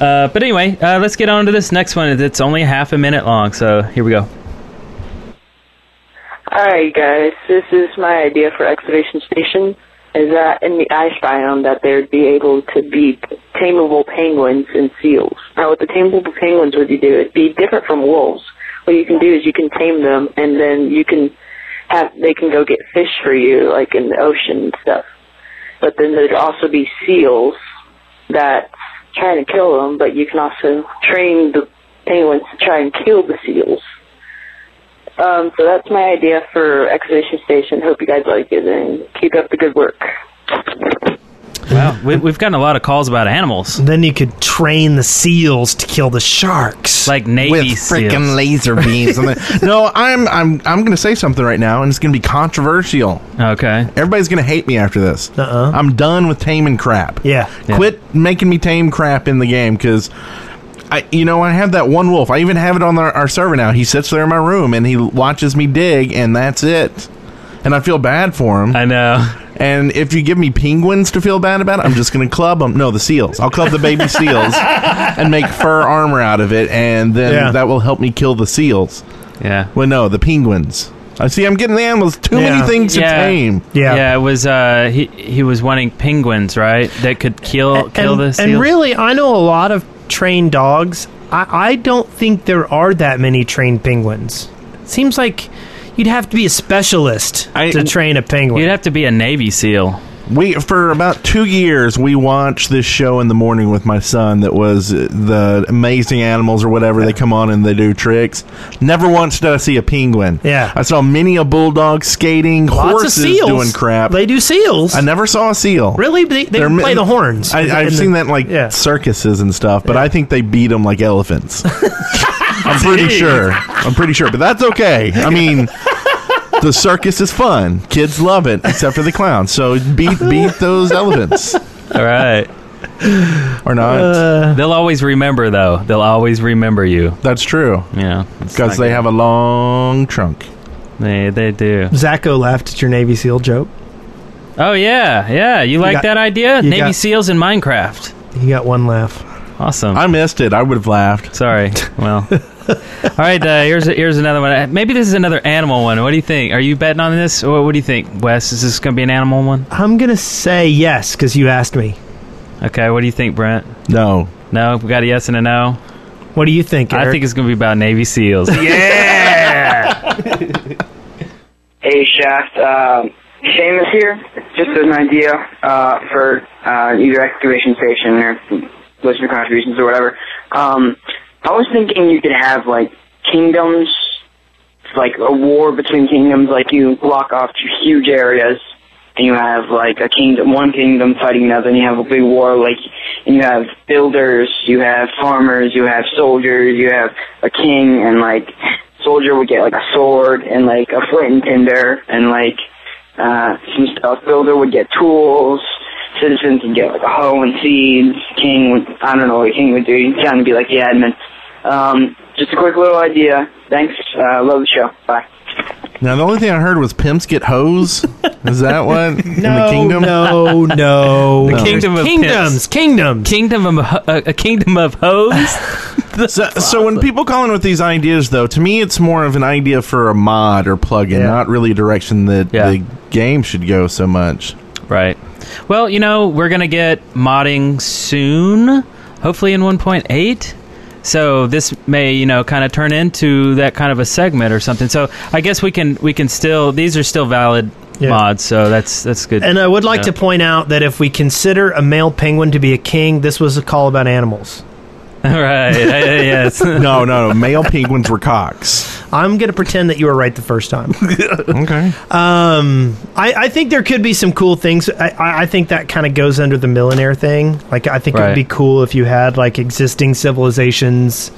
Uh, but anyway, uh, let's get on to this next one. It's only half a minute long, so here we go.
Alright guys, this is my idea for excavation station, is that in the ice biome that there'd be able to be tameable penguins and seals. Now with the tameable penguins, what you do, it'd be different from wolves. What you can do is you can tame them and then you can have, they can go get fish for you, like in the ocean and stuff. But then there'd also be seals
that's trying to kill them, but you can also train the penguins to try and kill the seals. Um, so that's my idea for Exhibition Station. Hope you guys like it and keep up the good work.
Wow, we, we've gotten a lot of calls about animals.
Then you could train the seals to kill the sharks,
like Navy
with freaking laser beams. and then- no, I'm I'm I'm gonna say something right now, and it's gonna be controversial.
Okay,
everybody's gonna hate me after this. Uh-uh. I'm done with taming crap.
Yeah.
quit making me tame crap in the game because. I, you know, I have that one wolf. I even have it on our, our server now. He sits there in my room and he watches me dig, and that's it. And I feel bad for him. I
know.
And if you give me penguins to feel bad about, I'm just going to club them. No, the seals. I'll club the baby seals and make fur armor out of it, and then
Yeah.
that will help me kill the seals.
Yeah.
Well, no, the penguins. I see. I'm getting the animals. Too many things to tame.
Yeah, yeah. It was uh, he he was wanting penguins, right? That could kill kill
and,
the
and
seal.
really, I know a lot of trained dogs. I, I don't think there are that many trained penguins. Seems like you'd have to be a specialist to train a penguin.
You'd have to be a Navy SEAL.
We for about two years we watched this show in the morning with my son that was uh, the amazing animals or whatever they come on and they do tricks. Never once did I see a penguin.
Yeah.
I saw many a bulldog skating,
Lots of
horses
seals.
doing crap.
They do seals.
I never saw a seal.
Really? They, they
They're mi-
play the horns.
I, I've
And
seen
the-
that in like circuses and stuff, but I think they beat them like elephants. I'm pretty
Jeez.
sure. I'm pretty sure, but that's okay. I mean, the circus is fun. Kids love it, except for the clowns. So beat beat those elephants
All right.
or not.
Uh.
They'll always remember, though. They'll always remember you.
That's true.
Yeah,
Because they have a long trunk.
They they do.
Zacko laughed at your Navy SEAL joke.
Oh yeah, yeah. You, like
got-
that idea?
you
Navy
got-
SEALs in Minecraft.
He got one laugh.
Awesome.
I missed it. I would have laughed.
Sorry. Well. All right. Uh, here's here's another one. Uh, Maybe this is another animal one. What do you think? Are you betting on this? What, what do you think, Wes? Is this going to be an animal one?
I'm gonna say yes because you asked me.
Okay. What do you think, Brent?
No.
No. We got a yes and a no.
What do you think?
I think it's going to be about Navy SEALs.
Hey, Shaft. Um, Seamus here. Just an idea uh, for uh, either excavation station or listener contributions or whatever. Um, I was thinking you could have like kingdoms, like a war between kingdoms. Like you block off two huge areas, and you have like a kingdom, one kingdom fighting another, and you have a big war. Like and you have builders, you have farmers, you have soldiers, you have a king, and like soldier would get like a sword and like a flint and tinder and like uh, some stuff. Builder would get tools. Citizens would get like a hoe and seeds. King would I don't know what king would do. He'd kind of be like the admin. Um, just a quick little idea. Thanks. Uh, love the show. Bye.
Now the only thing I heard was pimps get hoes. Is that what in the
No,
kingdom?
no, Oh, no.
The kingdom of
kingdoms, kingdoms,
kingdom of ho- uh, a kingdom of hoes.
so, so when people call in with these ideas, though, to me it's more of an idea for a mod or plugin, not really a direction that the game should go so much.
Right. Well, you know, we're going to get modding soon, hopefully in 1.8. So this may, you know, kind of turn into that kind of a segment or something. So I guess we can we can still these are still valid mods, so that's that's good.
And I would like to point out that if we consider a male penguin to be a king, this was a call about animals.
All right. yes.
no, no, no. Male penguins were cocks.
I'm going to pretend that you were right the first time.
okay.
Um, I, I think there could be some cool things. I, I I think that kind of goes under the millionaire thing. Like, I think it
Right.
would be cool if you had like existing civilizations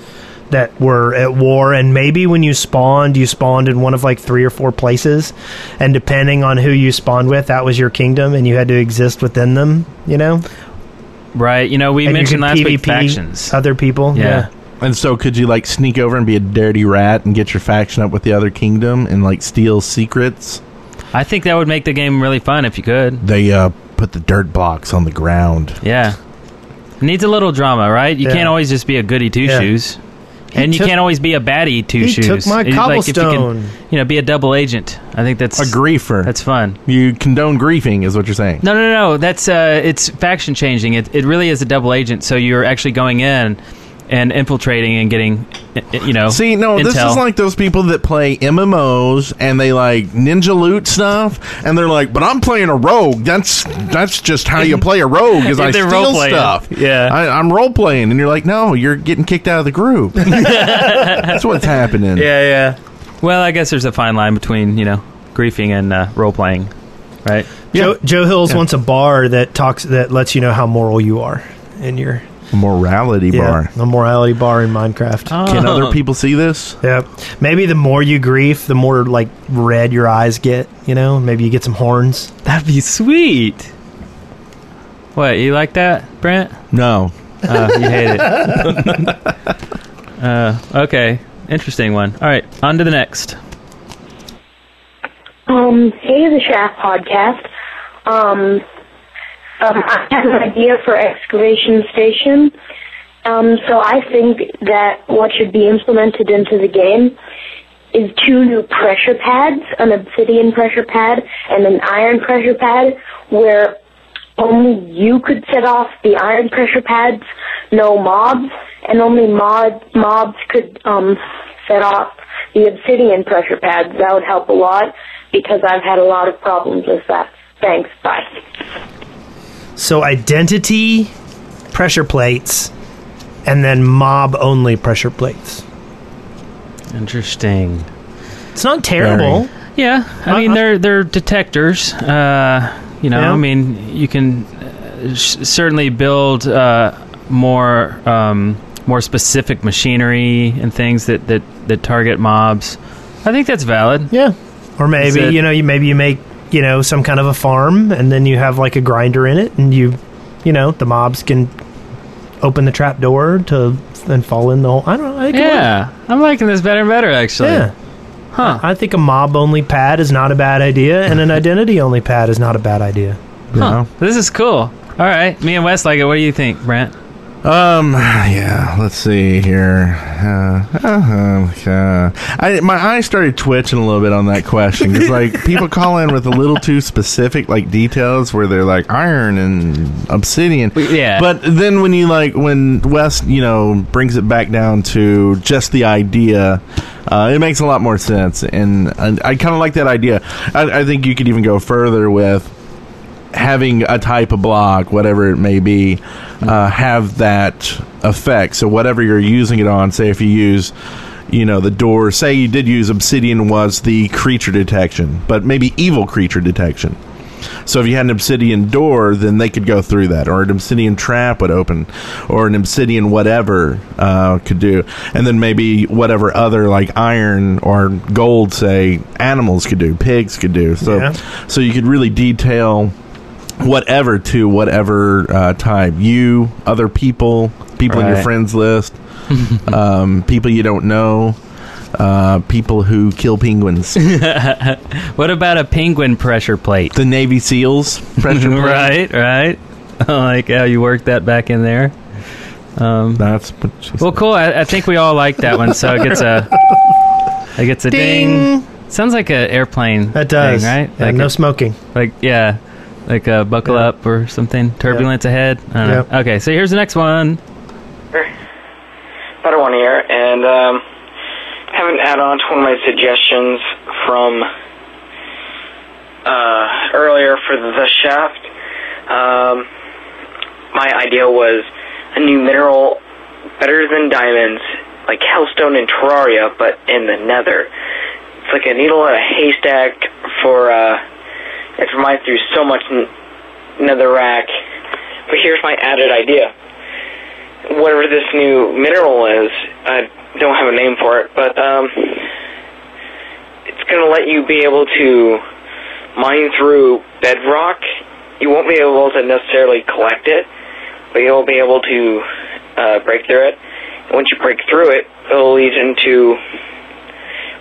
that were at war, and maybe when you spawned, you spawned in one of like three or four places, and depending on who you spawned with, that was your kingdom, and you had to exist within them. You know,
Right. You know, we
And you
mentioned
could
last week
PvP
factions.
other people. Yeah.
And so, could you like sneak over and be a dirty rat and get your faction up with the other kingdom and like steal secrets?
I think that would make the game really fun if you could.
They uh, put the dirt blocks on the ground.
Yeah. Needs a little drama, right? You
Yeah.
can't always just be a goody two shoes. and you
took-
can't always be a baddie two
He
shoes.
took my
It's like if you can,
cobblestone.
you know, be a double agent. I think that's
A griefer.
That's fun.
You condone griefing, is what you're saying.
No, no, no. That's uh, it's faction changing. It, it really is a double agent. So you're actually going in and infiltrating and getting, i- i- you know,
See, no, this
intel.
is like those people that play MMOs and they like ninja loot stuff, and they're like, "But I'm playing a rogue. That's that's just how you play a rogue. Is I
They're
steal
role-playing.
stuff. Yeah, I, I'm role playing." And you're like, "No, you're getting kicked out of the group. that's what's happening."
Yeah, yeah. Well, I guess there's a fine line between you know griefing and uh, role playing, right?
Joe, Joe Hills
Yeah.
wants a bar that talks that lets you know how moral you are in your
Morality
yeah,
bar.
a morality bar in Minecraft.
Can
Oh.
other people see this?
Yeah, maybe the more you grief, the more like red your eyes get. You know, maybe you get some horns.
That'd be sweet. What you like that, Brent?
No,
Oh, you hate it. uh, okay, interesting one. All right, on to the next.
Um, hey, the Shaft podcast. Um, um, I have an idea for excavation station. Um, so I think that what should be implemented into the game is two new pressure pads, an obsidian pressure pad and an iron pressure pad, where only you could set off the iron pressure pads, no mobs, and only mod, mobs could um, set off the obsidian pressure pads. That would help a lot because I've had a lot of problems with that. Thanks. Bye.
So identity pressure plates, and then mob only pressure plates.
Interesting.
It's not terrible. Uh,
Yeah, I mean they're they're detectors. Uh, you know,
Yeah.
I mean you can uh, s- certainly build uh, more um, more specific machinery and things that, that, that target mobs. I think that's valid.
Yeah, Or maybe
Is it-
you know, you maybe you make you know some kind of a farm, and then you have like a grinder in it, and you, you know, the mobs can open the trap door to and fall in the hole. I don't know. It could work.
yeah, I'm liking this better and better actually.
Yeah. Huh. I think a mob only pad is not a bad idea, and an identity only pad is not a bad idea.
Huh. This is cool. All right, me and Wes like it. What do you think, Brent?
Um. Yeah. Let's see here. Uh, uh, uh, I my eyes started twitching a little bit on that question because like people call in with a little too specific like details where they're like iron and obsidian.
Yeah.
But then when you like when West you know brings it back down to just the idea. Uh, it makes a lot more sense, and, and I kind of like that idea. I, I think you could even go further with having a type of block, whatever it may be, uh, have that effect. So whatever you're using it on, say if you use, you know, the door. Say you did use obsidian was the creature detection, but maybe evil creature detection. So if you had an obsidian door, then they could go through that, or an obsidian trap would open, or an obsidian whatever uh, could do, and then maybe whatever other like iron or gold, say animals could do, pigs could do. So
Yeah.
so you could really detail whatever to whatever uh, type you, other people, people in your
Right.
friends list, um, people you don't know, uh, people who kill penguins.
what about a penguin pressure plate?
The Navy SEALs pressure plate.
right, right. I like how you worked that back in there. Um,
That's
well, cool. I, I think we all like that one, so it gets a it gets a ding. Sounds like an airplane.
That does.
thing, right?
Yeah,
like
no
a-
smoking.
like yeah, like a buckle up or something. Turbulence ahead. I don't know. Okay, so here's the next one.
Better one here, and um, have an add-on to one of my suggestions from uh, earlier for the shaft. Um, my idea was a new mineral better than diamonds, like hellstone in Terraria, but in the Nether. It's like a needle in a haystack for uh, it reminds you so much n- Netherrack. But here's my added idea whatever this new mineral is, I don't have a name for it, but um, it's going to let you be able to mine through bedrock. You won't be able to necessarily collect it, but you'll be able to uh, break through it. And once you break through it, it'll lead into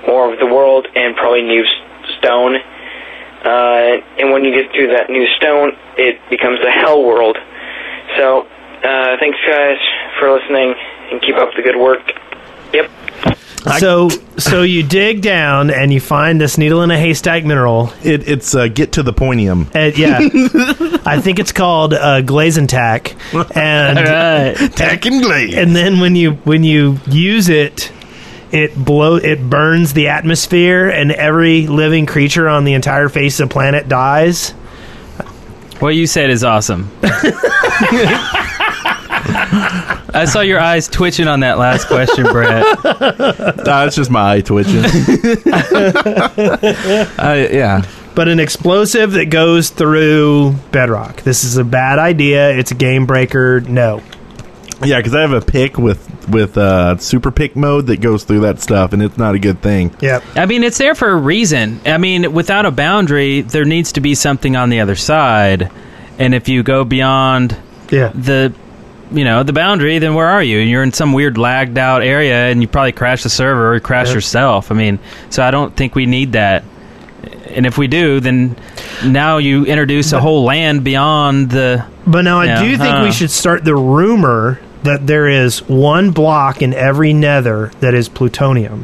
more of the world and probably new s- stone. Uh, and when you get through that new stone, it becomes the hell world. So, uh, thanks guys for listening and keep up the good work. Yep.
So, so you dig down and you find this needle in a haystack mineral.
It, it's uh, get to the pointium.
Uh, yeah, I think it's called uh, glaze and tack. And
tack and glaze.
And then when you when you use it, it blow it burns the atmosphere, and every living creature on the entire face of the planet dies.
What you said is awesome. I saw your eyes twitching on that last question, Brad.
Nah, it's just my eye twitching. yeah.
But an explosive that goes through bedrock. This is a bad idea. It's a game breaker. No.
Yeah, because I have a pick with with uh, super pick mode that goes through that stuff, and it's not a good thing.
Yep.
I mean, it's there for a reason. I mean, without a boundary, there needs to be something on the other side. And if you go beyond
yeah.
the you know, the boundary, then where are you? You're in some weird lagged out area and you probably crash the server or crash
Yep.
yourself. I mean, so I don't think we need that. And if we do, then now you introduce a whole land beyond the
But now I
Yeah,
do think
huh.
we should start the rumor that there is one block in every nether that is plutonium.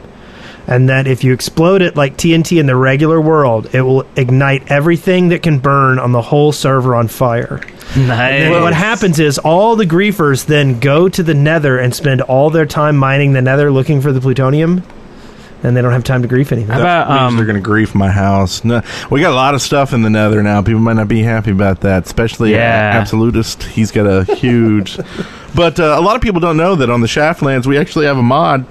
And that if you explode it like TNT in the regular world, it will ignite everything that can burn on the whole server on fire. And
nice.
then what happens is all the griefers then go to the nether and spend all their time mining the nether looking for the plutonium, and they don't have time to grief anything.
That means
um,
they're gonna grief my house. No, we got a lot of stuff in the nether now. People might not be happy about that, especially uh,
Yeah.
absolutist. He's got a huge. but uh, a lot of people don't know that on the Shaftlands we actually have a mod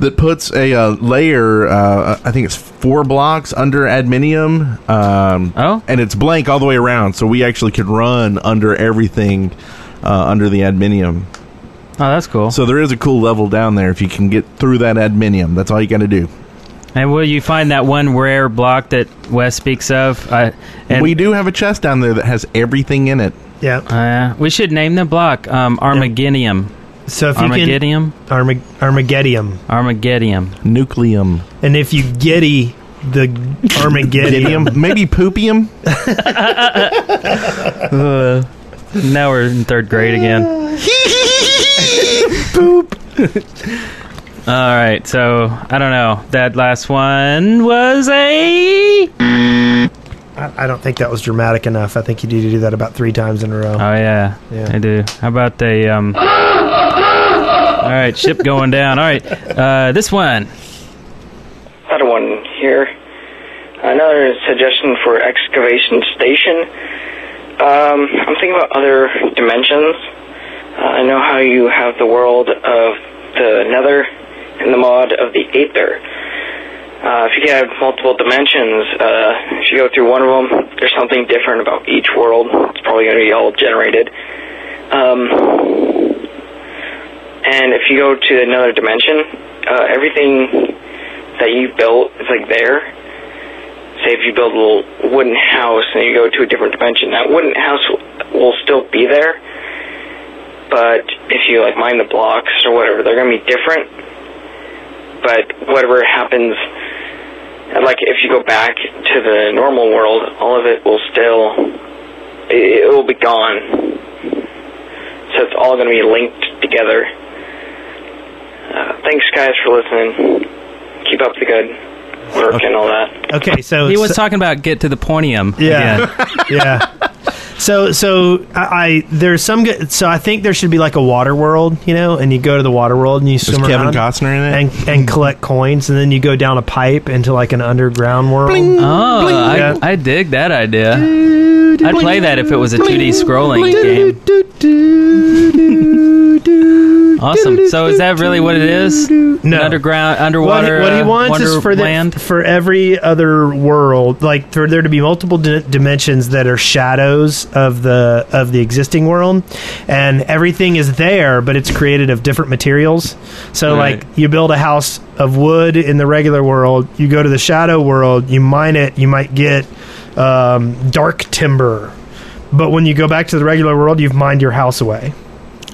that puts a uh, layer. Uh, I think it's four blocks under adminium. Um,
oh,
and it's blank all the way around, so we actually could run under everything uh, under the adminium.
Oh, that's cool.
So there is a cool level down there if you can get through that adminium. That's all you got to do.
And will you find that one rare block that Wes speaks of? I, and
we do have a chest down there that has everything in it.
Yeah.
Uh, we should name the block um, Armageddon.
So if you can-
Armageddon,
Armag- Armageddon,
Armageddon,
Nucleum.
and if you getty the Armageddon,
Gidium? maybe poopium.
Uh, now we're in third grade again.
Boop.
All right, so I don't know. That last one was a. Oh
I, I don't think that was dramatic enough. I think you need to do that about three times in a row.
Oh, yeah,
Yeah.
I do. How about the um? All right, ship going down. All right, uh, this one.
Another one here. Another suggestion for excavation station. Um, I'm thinking about other dimensions. Uh, I know how you have the world of the nether and the mod of the aether. Uh, if you can have multiple dimensions, uh, if you go through one of them, there's something different about each world. It's probably going to be all generated. Um, and if you go to another dimension, uh, everything that you built is like there. Say if you build a little wooden house and you go to a different dimension, that wooden house will, will still be there. But if you like mine the blocks or whatever, they're gonna be different. But whatever happens, like if you go back to the normal world, all of it will still it, it will be gone. So it's all gonna be linked together. Uh, thanks, guys, for listening. Keep up the good work and all that.
Okay, so
he was talking about get to the pointium.
Yeah,
again.
yeah. So, so I, I there's some good. So I think there should be like a water world, you know, and you go to the water world and you swim
Kevin
around
Costner in it?
and and collect coins, and then you go down a pipe into like an underground world.
Oh,
Yeah.
I, I dig that idea. I'd play that if it was a 2D scrolling game. Awesome. So is that really what it is? No. Underground,
What,
underwater.
he, what he wants
uh,
is for the,
Wonderland?
for every other world, like for there to be multiple di- dimensions that are shadows of the of the existing world, and everything is there, but it's created of different materials. So,
Right.
like you build a house of wood in the regular world, you go to the shadow world, you mine it, you might get um, dark timber, but when you go back to the regular world, you've mined your house away.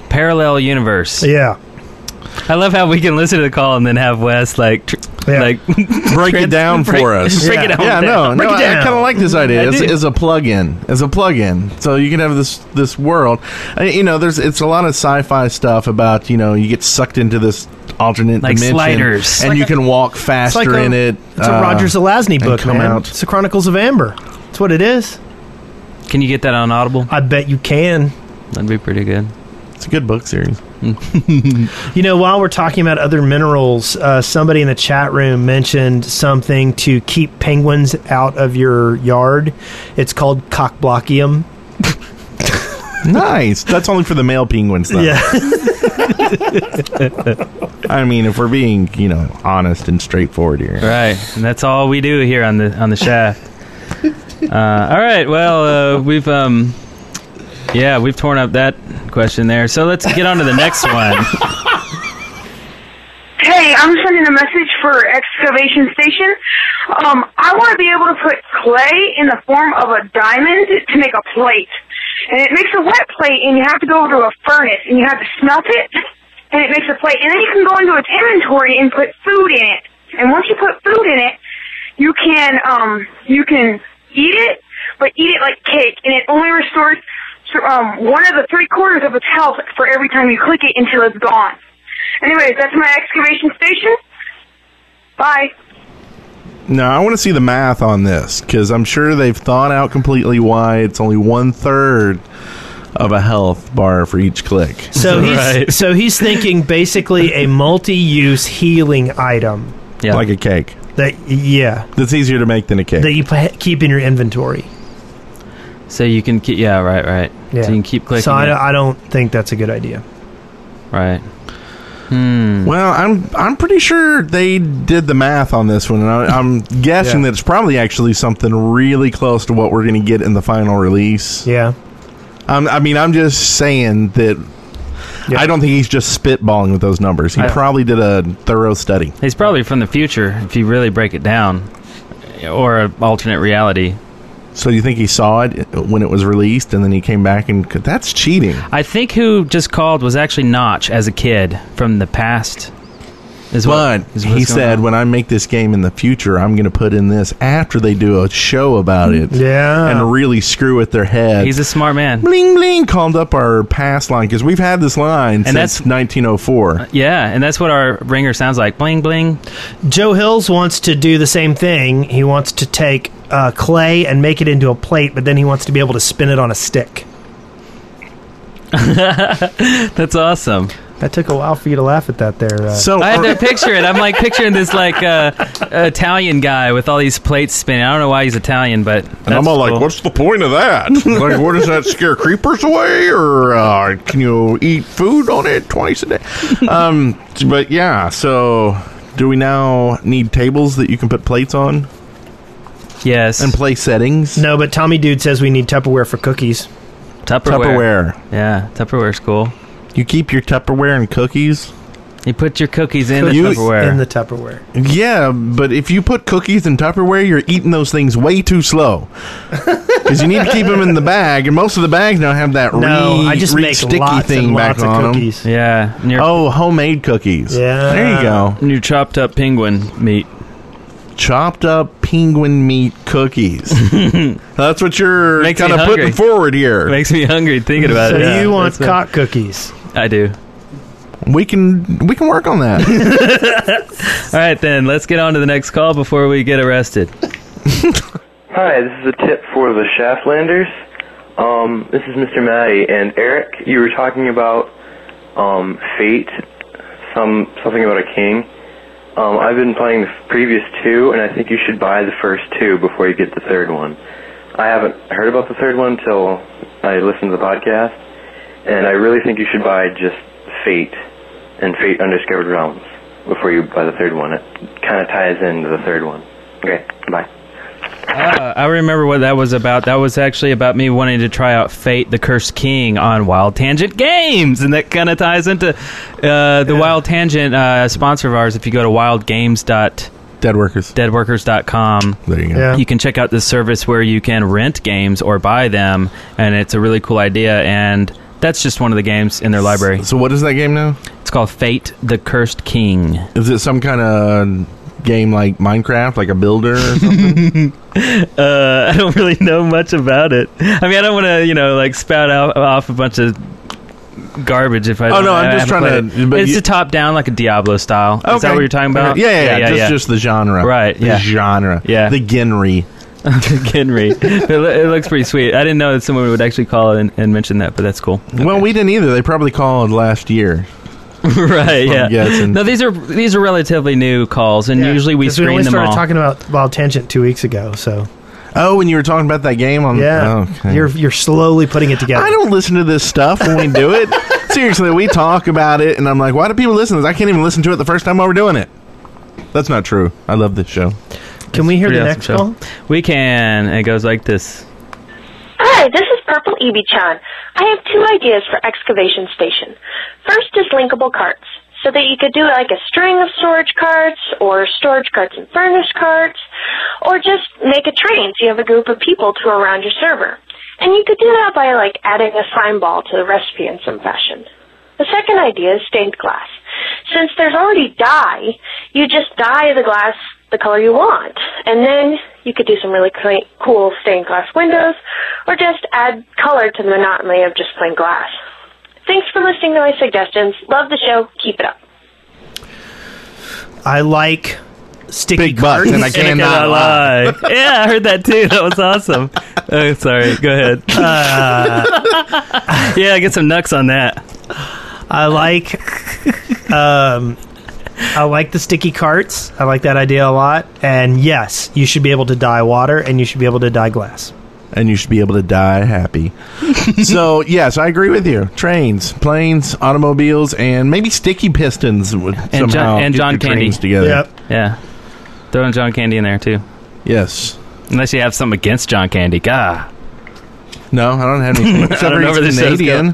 parallel universe.
Yeah.
I love how we can listen to the call and then have Wes like tr- like
break it down for us.
Break it
yeah.
down.
Yeah, no,
Break
no,
it
I-
down.
I kind of like this
I
idea as,
do.
as a plug-in, as a plug-in. So you can have this this world. I, you know, there's it's a lot of sci-fi stuff about you know you get sucked into this alternate
Like
dimension,
sliders.
and
Like
you
a-
can walk faster
a,
in it. uh,
It's a Roger Zelazny
and
book,
come
man.
out.
It's the Chronicles of Amber. That's what it is.
Can you get that on Audible?
I bet you can.
That'd be pretty good.
It's a good book series.
You know, while we're talking about other minerals, uh, somebody in the chat room mentioned something to keep penguins out of your yard. It's called cockblockium.
nice. That's only for the male penguins, though.
Yeah.
I mean, if we're being, you know, honest and straightforward here.
Right, and that's all we do here on the on the shaft. Uh, all right, well uh, we've um, yeah, we've torn up that question there. So let's get on to the next one.
Hey, I'm sending a message for excavation station. Um, I want to be able to put clay in the form of a diamond to make a plate. And it makes a wet plate, and you have to go to a furnace, and you have to smelt it, and it makes a plate. And then you can go into its inventory and put food in it. And once you put food in it, you can um, you can eat it, but eat it like cake, and it only restores um, one of the three quarters of its health for every time you click it until it's gone. Anyways, that's my excavation station. Bye.
Now, I want to see the math on this because I'm sure they've thought out completely why it's only one third of a health bar for each click.
So he's so he's thinking basically a multi-use healing item.
like a cake.
That yeah.
That's easier to make than a cake.
That you pa- keep in your inventory.
So you can keep yeah, right, right.
Yeah.
So you can keep clicking.
So I,
it.
don't- I don't think that's a good idea.
right.
Hmm.
Well, I'm I'm pretty sure they did the math on this one, and I, I'm guessing that it's probably actually something really close to what we're going to get in the final release.
Yeah.
Um, I mean, I'm just saying that. I don't think he's just spitballing with those numbers. He
I-
probably did a thorough study.
He's probably from the future if you really break it down, or an alternate reality.
So you think he saw it when it was released, and then he came back and that's cheating.
I think who just called was actually Notch as a kid from the past. Is
but
what, is what's
he
going
said,
on.
when I make this game in the future, I'm going to put in this after they do a show about it.
Yeah.
And really screw with their head.
he's a smart man.
bling bling called up our past line because we've had this line since
that's- Uh,
1904.
Yeah, and that's what our ringer sounds like. Bling bling.
Joe Hills wants to do the same thing. He wants to take uh, clay and make it into a plate, but then he wants to be able to spin it on a stick.
That's awesome.
That took a while for you to laugh at that there. Uh,
I had to picture it. I'm like picturing this like uh, Italian guy with all these plates spinning. I don't know why he's Italian, but
And I'm all like, what's the point of that? like, what does that scare creepers away? Or uh, can you eat food on it twice a day? um, but yeah, so do we now need tables that you can put plates on?
Yes.
And play settings?
No, but Tommy Dude says we need Tupperware for cookies.
Tupperware. Yeah, Tupperware's cool.
You keep your Tupperware and cookies?
You put your cookies in the
You-
Tupperware.
In the Tupperware.
Yeah, but if you put cookies in Tupperware, you're eating those things way too slow. Because you need to keep them in the bag, and most of the bags now have that
No,
re-
I just
re-
make
sticky
lots
thing
and
back
lots of
on 'em.
cookies.
Yeah.
oh, homemade cookies.
Yeah.
There you go.
And your chopped up penguin meat.
Chopped up penguin meat cookies. That's what you're
Makes me
kind of
hungry.
putting forward here.
Makes me hungry thinking about
so
it. Yeah,
you want
that's what-
cock cookies?
I do.
We can we can work on that.
All right, then let's get on to the next call before we get arrested.
Hi, this is a tip for the Shaftlanders. Um, this is Mr. Matty and Eric. You were talking about um, fate, some something about a king. Um, I've been playing the previous two, and I think you should buy the first two before you get the third one. I haven't heard about the third one until I listened to the podcast, and I really think you should buy just Fate and Fate Undiscovered Realms before you buy the third one. It kind of ties into the third one. Okay, bye.
Uh, I remember what that was about. That was actually about me wanting to try out Fate: The Cursed King on Wild Tangent Games, and that kind of ties into uh, the Wild Tangent uh, sponsor of ours. If you go to wildgames.
Deadworkers.
Deadworkers.com.
There you
go.
Yeah.
You can check out this service where you can rent games or buy them, and it's a really cool idea. And that's just one of the games in their library.
So, what is that game now?
It's called Fate: The Cursed King.
Is it some kind of game like Minecraft, like a builder? Or something?
uh, I don't really know much about it. I mean, I don't want to, you know, like spout out, off a bunch of garbage if I.
Oh, no, I'm
I
just
haven't
trying
played
to-
it.
but
It's
you-
a top down, like a Diablo style. Is that what you're talking about?
Okay. Yeah, yeah, just, just the genre.
Right,
The
yeah.
genre.
Yeah.
The Genry.
Genry. it, loo- it looks pretty sweet. I didn't know that someone would actually call and, and mention that, but that's cool.
Well, we didn't either. They probably called last year.
right?
I'm
Yeah.
guessing.
No, these are these are relatively new calls, and usually we
'Cause we
screen
only
them
started
all.
talking about Wild Tangent two weeks ago, so
Oh, when you were talking about that game on
yeah,
okay.
you're you're slowly putting it together.
I don't listen to this stuff when we do it. Seriously, we talk about it, and I'm like, why do people listen to this? I can't even listen to it the first time while we're doing it. That's not true. I love this show.
Can we
hear the next call?
We can. It goes like this.
Hi, this is Purple Ebi Chan. I have two ideas for excavation station. First is linkable carts, so that you could do like a string of storage carts, or storage carts and furnace carts, or just make a train so you have a group of people to around your server. And you could do that by like adding a sign ball to the recipe in some fashion. The second idea is stained glass. Since there's already dye, you just dye the glass the color you want. And then you could do some really clean, cool stained glass windows or just add color to the monotony of just plain glass. Thanks for listening to my suggestions. Love the show. Keep it up.
I like sticky
Big butts,
cards.
and I cannot
lie. yeah, I heard that too. That was awesome. Oh, sorry. Go ahead.
Uh,
yeah, get some nucks on that.
I like um I like the sticky carts. I like that idea a lot. And yes, you should be able to dye water and you should be able to dye glass.
And you should be able to die happy. so, yes, I agree with you. Trains, planes, automobiles, and maybe sticky pistons would
And
somehow
John, and
get
John
the
Candy
trains together.
Yeah. Throwing John Candy in there too.
Yes.
Unless you have something against John Candy. Gah.
No, I don't have anything.
I
Except
don't
for
know
he's
where this show's
Canadian.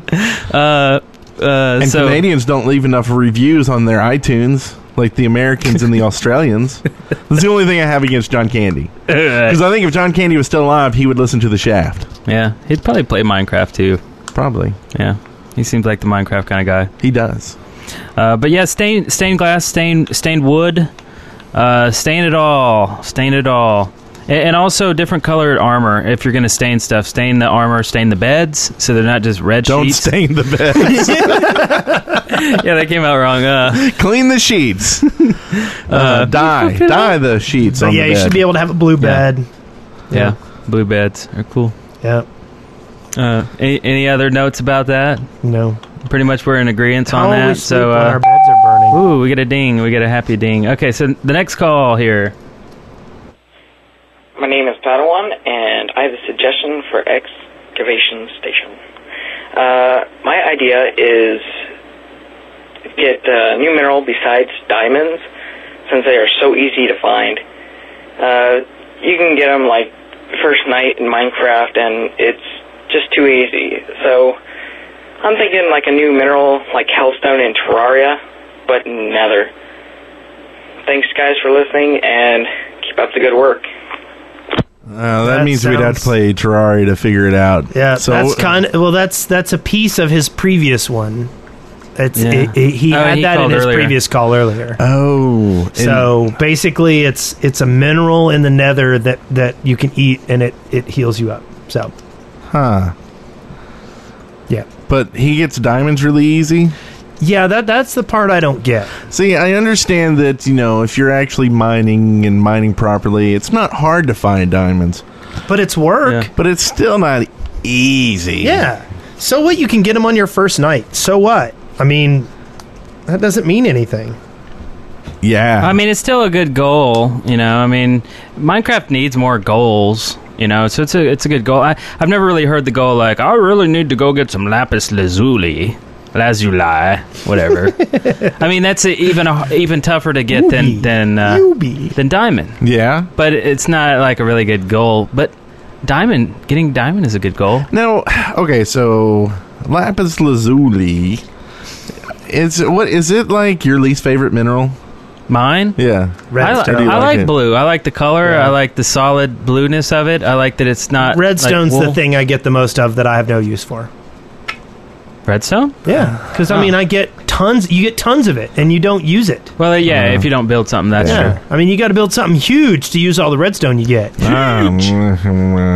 Uh, uh,
and
so
Canadians don't leave enough reviews on their iTunes like the Americans and the Australians. That's the only thing I have against John Candy. Because I think if John Candy was still alive, he would listen to The Shaft.
yeah, he'd probably play Minecraft too.
Probably.
Yeah, he seems like the Minecraft kind of guy.
He does.
Uh, but yeah, stain, stained glass, stained stained wood, uh, stain it all, stain it all, and, and also different colored armor. If you're gonna stain stuff, stain the armor, stain the beds, so they're not just red
Don't
sheets.
stain the beds.
yeah, that came out wrong. Uh,
Clean the sheets. Uh, dye, dye the sheets
But
on
yeah,
the
you
bed.
should be able to have a blue
Yeah.
bed.
yeah, blue beds are cool.
Yeah.
Uh, any, any other notes about that?
No.
Pretty much we're in agreement
How will
on
we
that.
sleep
So
when
uh,
our beds are burning?
Ooh, we get a ding. We get a happy ding. Okay, so the next call here.
My name is Padawan, and I have a suggestion for excavation station. Uh, my idea is get a new mineral besides diamonds, since they are so easy to find. Uh, you can get them like first night in Minecraft, and it's just too easy. So I'm thinking like a new mineral, like hellstone in Terraria, but in Nether. Thanks, guys, for listening, and keep up the good work.
Uh, that,
That
means we'd have to
sounds-
play Terraria to figure it out.
Yeah,
So uh,
that's kind well that's that's a piece of his previous one. It's
Yeah.
it, it- he
Oh,
had
he
that in
called
his
earlier.
previous call earlier.
Oh,
So basically it's it's a mineral in the nether that that you can eat and it it heals you up. So
huh?
Yeah.
But he gets diamonds really easy.
Yeah, that that's the part I don't get.
See, I understand that you know if you're actually mining and mining properly, it's not hard to find diamonds.
But it's work.
But it's still not easy.
Yeah. So what? You can get them on your first night. So what? I mean, that doesn't mean anything.
Yeah.
I mean, it's still a good goal, you know. I mean, Minecraft needs more goals, you know. So it's a it's a good goal. I, I've never really heard the goal like I really need to go get some lapis lazuli, lazuli, whatever. I mean, that's a, even a, even tougher to get than than uh, than diamond.
Yeah,
but it's not like a really good goal. But diamond, getting diamond is a good goal.
Now, okay, so lapis lazuli is what is it like your least favorite mineral?
Mine?
Yeah.
I, li-
Or do you
I like
it?
blue. I like the color. I like the solid blueness of it. I like that it's not like,
Redstone's the
wool.
thing I get the most of that I have no use for.
Redstone?
Yeah, because I
Huh.
mean, I get tons. You get tons of it, and you don't use it.
Well, yeah,
Uh-huh.
if you don't build something, Um, that's true.
I mean, you got to build something huge to use all the redstone you get.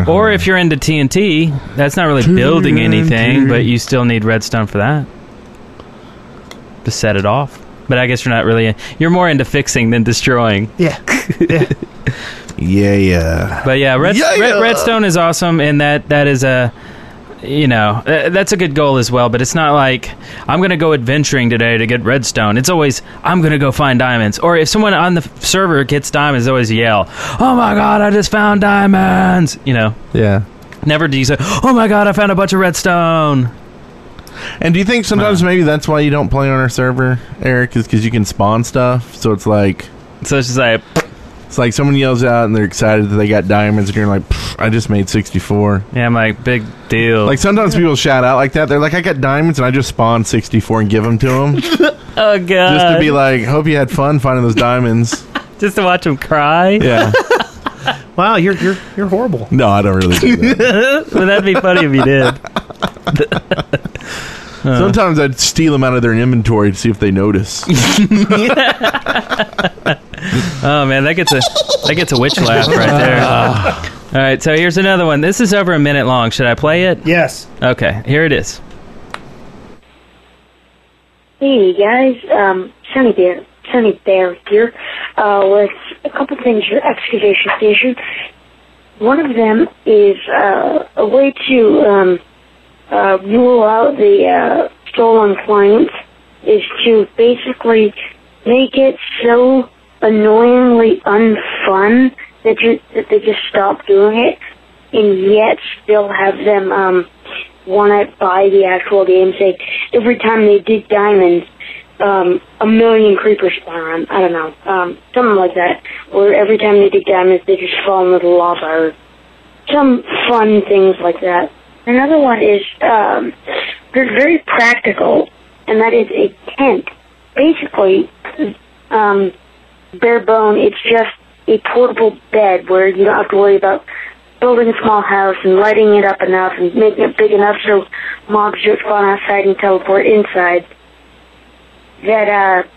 Or if you're into TNT, that's not really building anything, but you still need redstone for that. to set it off. But I guess you're not really. You're more into fixing than destroying.
Yeah.
Yeah, yeah.
But yeah, Red,
Yeah,
Red,
yeah.
Redstone is awesome, and that that is a, you know, uh, that's a good goal as well. But it's not like I'm gonna go adventuring today to get Redstone. It's always I'm gonna go find diamonds. Or if someone on the f- server gets diamonds, they always yell, "Oh my god, I just found diamonds!" You know.
Yeah.
Never do you say, "Oh my god, I found a bunch of redstone."
And do you think sometimes maybe that's why you don't play on our server, Eric, is because you can spawn stuff? So it's like.
So it's just like.
It's like someone yells out and they're excited that they got diamonds, and you're like, "Pff, I just made 64.
Yeah, I'm like, big deal.
Like sometimes people shout out like that. They're like, I got diamonds, and I just spawned 64 and give them to them. just
Oh god.
to be like, hope you had fun finding those diamonds.
just to watch him cry.
Yeah.
wow, you're you're you're horrible.
No, I don't really do that.
But that'd be funny if you did. Uh.
Sometimes I'd steal them out of their inventory to see if they notice.
Oh man, that gets a that gets a witch laugh right there. All right, so here's another one. This is over a minute long. Should I play it?
Yes.
Okay, here it is.
Hey guys, um, Sunny Bear, Sunny Bear here, uh, with a couple things for excavation station. One of them is uh, a way to um, uh, rule out the uh, stolen clients is to basically make it so annoyingly unfun that you that they just stop doing it, and yet still have them um, want to buy the actual game. Say every time they did diamonds, um, a million creepers spawn on 'em. I don't know, um, something like that. Or every time they did diamonds, they just fall into the lava or some fun things like that. Another one is um, they're very practical, and that is a tent. Basically, um, bare bone. It's just a portable bed where you don't have to worry about building a small house and lighting it up enough and making it big enough so mobs just spawn outside and teleport inside. That uh,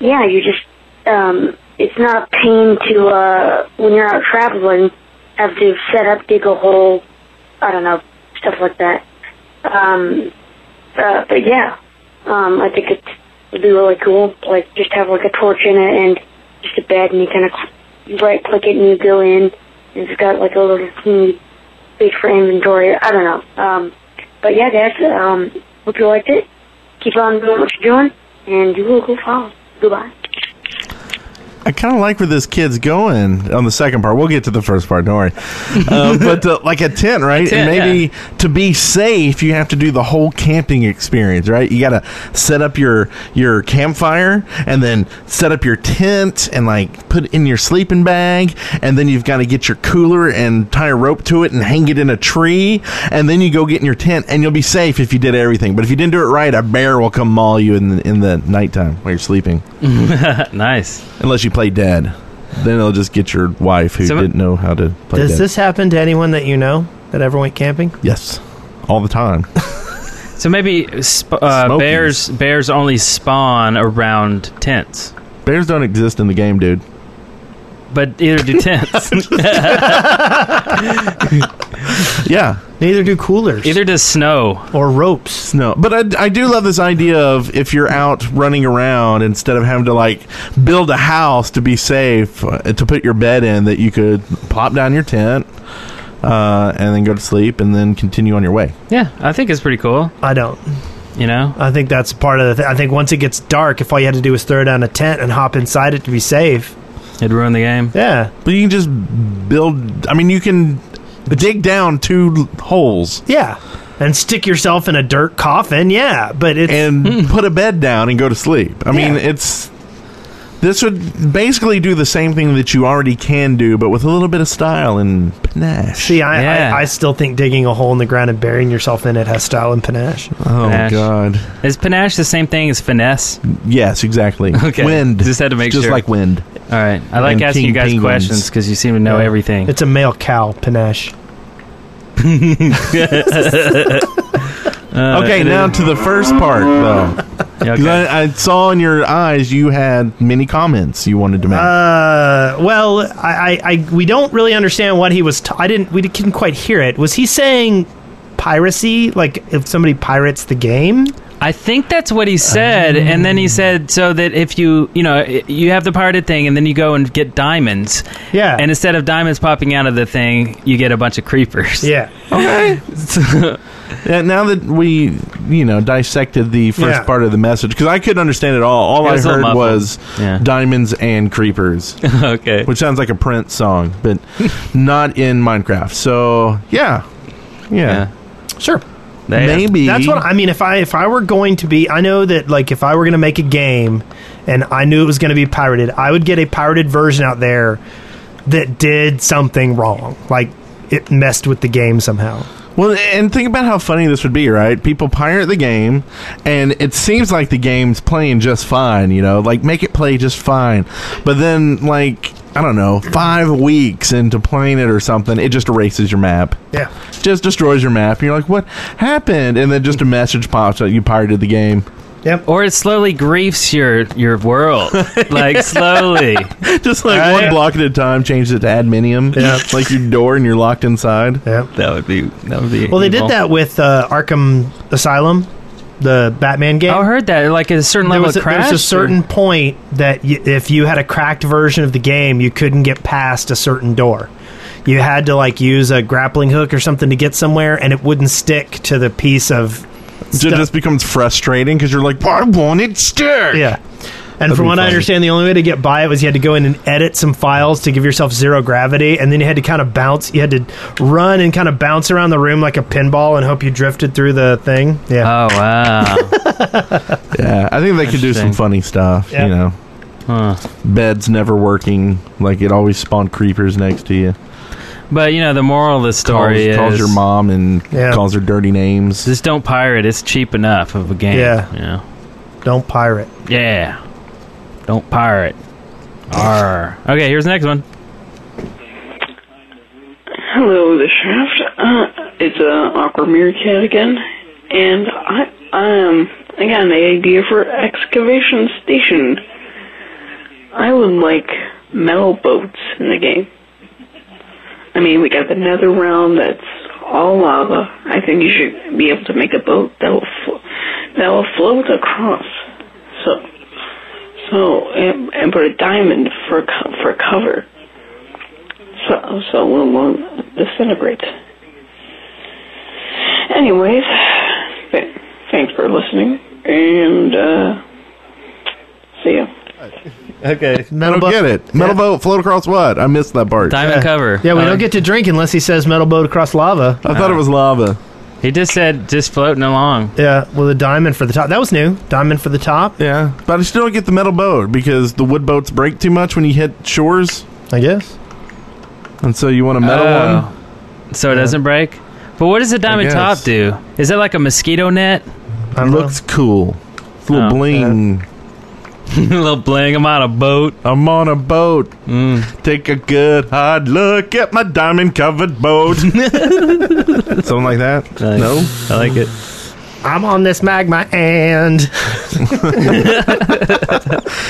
yeah, you just um, it's not a pain to uh, when you're out traveling have to set up, dig a hole, I don't know, stuff like that. Um, uh, but yeah, um, I think it would be really cool. Like just have like a torch in it and just a bed, and you kind of right click it and you go in. And it's got like a little teeny page for inventory. I don't know. Um, but yeah, guys, um, hope you liked it. Keep on doing what you're doing, and you will go far. Goodbye.
I kind of like where this kid's going on the second part. We'll get to the first part, don't worry. Uh, but uh, like a tent, right?
A
and
tent,
maybe to be safe, you have to do the whole camping experience, right? You got to set up your your campfire and then set up your tent and like put it in your sleeping bag, and then you've got to get your cooler and tie a rope to it and hang it in a tree, and then you go get in your tent, and you'll be safe if you did everything. But if you didn't do it right, a bear will come maul you in the, in the nighttime while you're sleeping.
nice.
Unless you play dead. Then they'll just get your wife who
So-
didn't know how to play
Does
dead.
this happen to anyone that you know that ever went camping?
yes. All the time.
So maybe sp- uh, bears bears only spawn around tents,
Bears don't exist in the game, dude.
but either do tents.
Yeah.
Neither do coolers.
Either does snow
or ropes.
No, but I, I do love this idea of if you're out running around instead of having to like build a house to be safe uh, to put your bed in that you could plop down your tent uh, and then go to sleep and then continue on your way.
yeah, I think it's pretty cool.
I don't.
You know,
I think that's part of the. Th- I think once it gets dark, if all you had to do was throw down a tent and hop inside it to be safe,
it'd ruin the game.
Yeah,
but you can just build. I mean, you can dig down two l- holes.
Yeah, and stick yourself in a dirt coffin. Yeah, but it's
and put a bed down and go to sleep. I mean, it's this would basically do the same thing that you already can do, but with a little bit of style and panache.
See, I, I, I still think digging a hole in the ground and burying yourself in it has style and panache.
Oh
Panache.
God!
Is panache the same thing as finesse?
Yes, exactly.
Okay.
Wind.
Just had to make
just
sure.
like wind.
All right, I like
And
asking
king
you guys
penguins.
questions because you seem to know everything.
It's a male cow panache.
okay, now to the first part though. 'Cause I, I saw in your eyes you had many comments you wanted to make.
Uh, well, I, I, I, we don't really understand what he was. T- I didn't. We couldn't quite hear it. Was he saying piracy? Like if somebody pirates the game?
I think that's what he said, and then
Ah.
he said so that if you you know i- you have the parted thing, and then you go and get diamonds.
Yeah.
And instead of diamonds popping out of the thing, you get a bunch of creepers.
Yeah.
Okay. Yeah, now that we, you know, dissected the first
Yeah.
part of the message, because I couldn't understand it all. All
It
I
was a
heard
little muffled.
was diamonds and creepers.
okay.
Which sounds like a Prince song, but not in Minecraft. So, yeah. Yeah.
Sure.
They- Maybe-
that's what I mean. If I if I were going to be, I know that like if I were going to make a game, and I knew it was going to be pirated, I would get a pirated version out there that did something wrong, like it messed with the game somehow.
Well, and think about how funny this would be, right? People pirate the game, and it seems like the game's playing just fine, you know, like make it play just fine. But then, like, I don't know, five weeks into playing it or something, it just erases your map.
Yeah.
Just destroys your map. And you're like, what happened? And then just a message pops up, you pirated the game.
Yep.
Or it slowly griefs your your world, like slowly.
just like one
Right?
block at a time, changed it to adminium. Yeah. like your door and you're locked inside.
Yeah.
That would be, that would be.
Well, they did that with uh, Arkham Asylum, the Batman game. I
Oh, heard that like a certain
there
level
was
of
a, there was
crash,
a certain
or-
point that y- if you had a cracked version of the game, you couldn't get past a certain door. You had to like use a grappling hook or something to get somewhere, and it wouldn't stick to the piece of.
So it just becomes frustrating because you're like, I want it stick.
Yeah. And
That'd
from
be
what I
funny.
understand, the only way to get by it was you had to go in and edit some files to give yourself zero gravity, and then you had to kind of bounce. You had to run and kind of bounce around the room like a pinball and hope you drifted through the thing. Yeah.
Oh wow.
Yeah, I think they could do some
Interesting.
funny stuff.
Yeah.
You know, beds never working. Like it always spawned creepers next to you.
But you know the moral of the story
calls, calls
is
your mom and
Yeah.
calls her dirty names.
just don't pirate. It's cheap enough of a game.
Yeah.
You know?
Don't pirate.
Yeah. Don't pirate. Arr. Okay, here's the next one.
Hello, the shaft. Uh, it's uh, awkward meerkat again, and I um I got an idea for excavation station. I would like metal boats in the game. I mean, we got the nether realm that's all lava. I think you should be able to make a boat that will flo- that will float across. So, so and, and put a diamond for co- for cover. So, so we'll, we'll disintegrate. Anyways, th- thanks for listening, and uh, see ya.
Okay,
Metal
I don't
boat-
get it. Metal boat float across what? I missed that part.
Diamond cover.
Yeah, we don't get to drink unless he says metal boat across lava.
I thought it was lava.
He just said just floating along.
Yeah, with a diamond for the top. That was new. Diamond for the top.
Yeah, but I still don't get the metal boat because the wood boats break too much when you hit shores.
I guess.
And so you want a metal
Oh.
one.
So it doesn't break. But what does the diamond
guess.
top do? Is it like a mosquito net?
It looks cool. It's a little
Oh.
bling.
little bling. I'm on a boat.
I'm on a boat.
Mm.
Take a good hard look at my diamond covered boat. Something like that. No,
I like it.
I'm on this magma and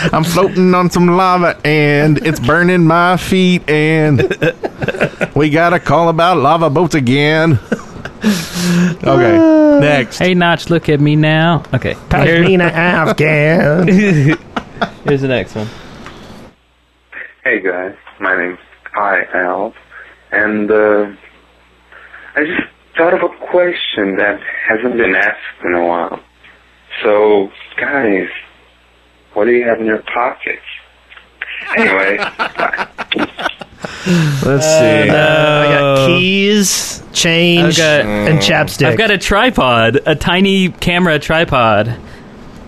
I'm floating on some lava and it's burning my feet and we got a call about lava boats again. Okay, next.
Hey, Notch, look at me now. Okay.
Pashmina Afghan.
Here's the next one.
Hey guys, my name's Hi Al, and uh, I just thought of a question that hasn't been asked in a while. So, guys, what do you have in your pockets? Anyway,
Let's
see. I got keys, change, and chapstick.
I've got a tripod, a tiny camera tripod.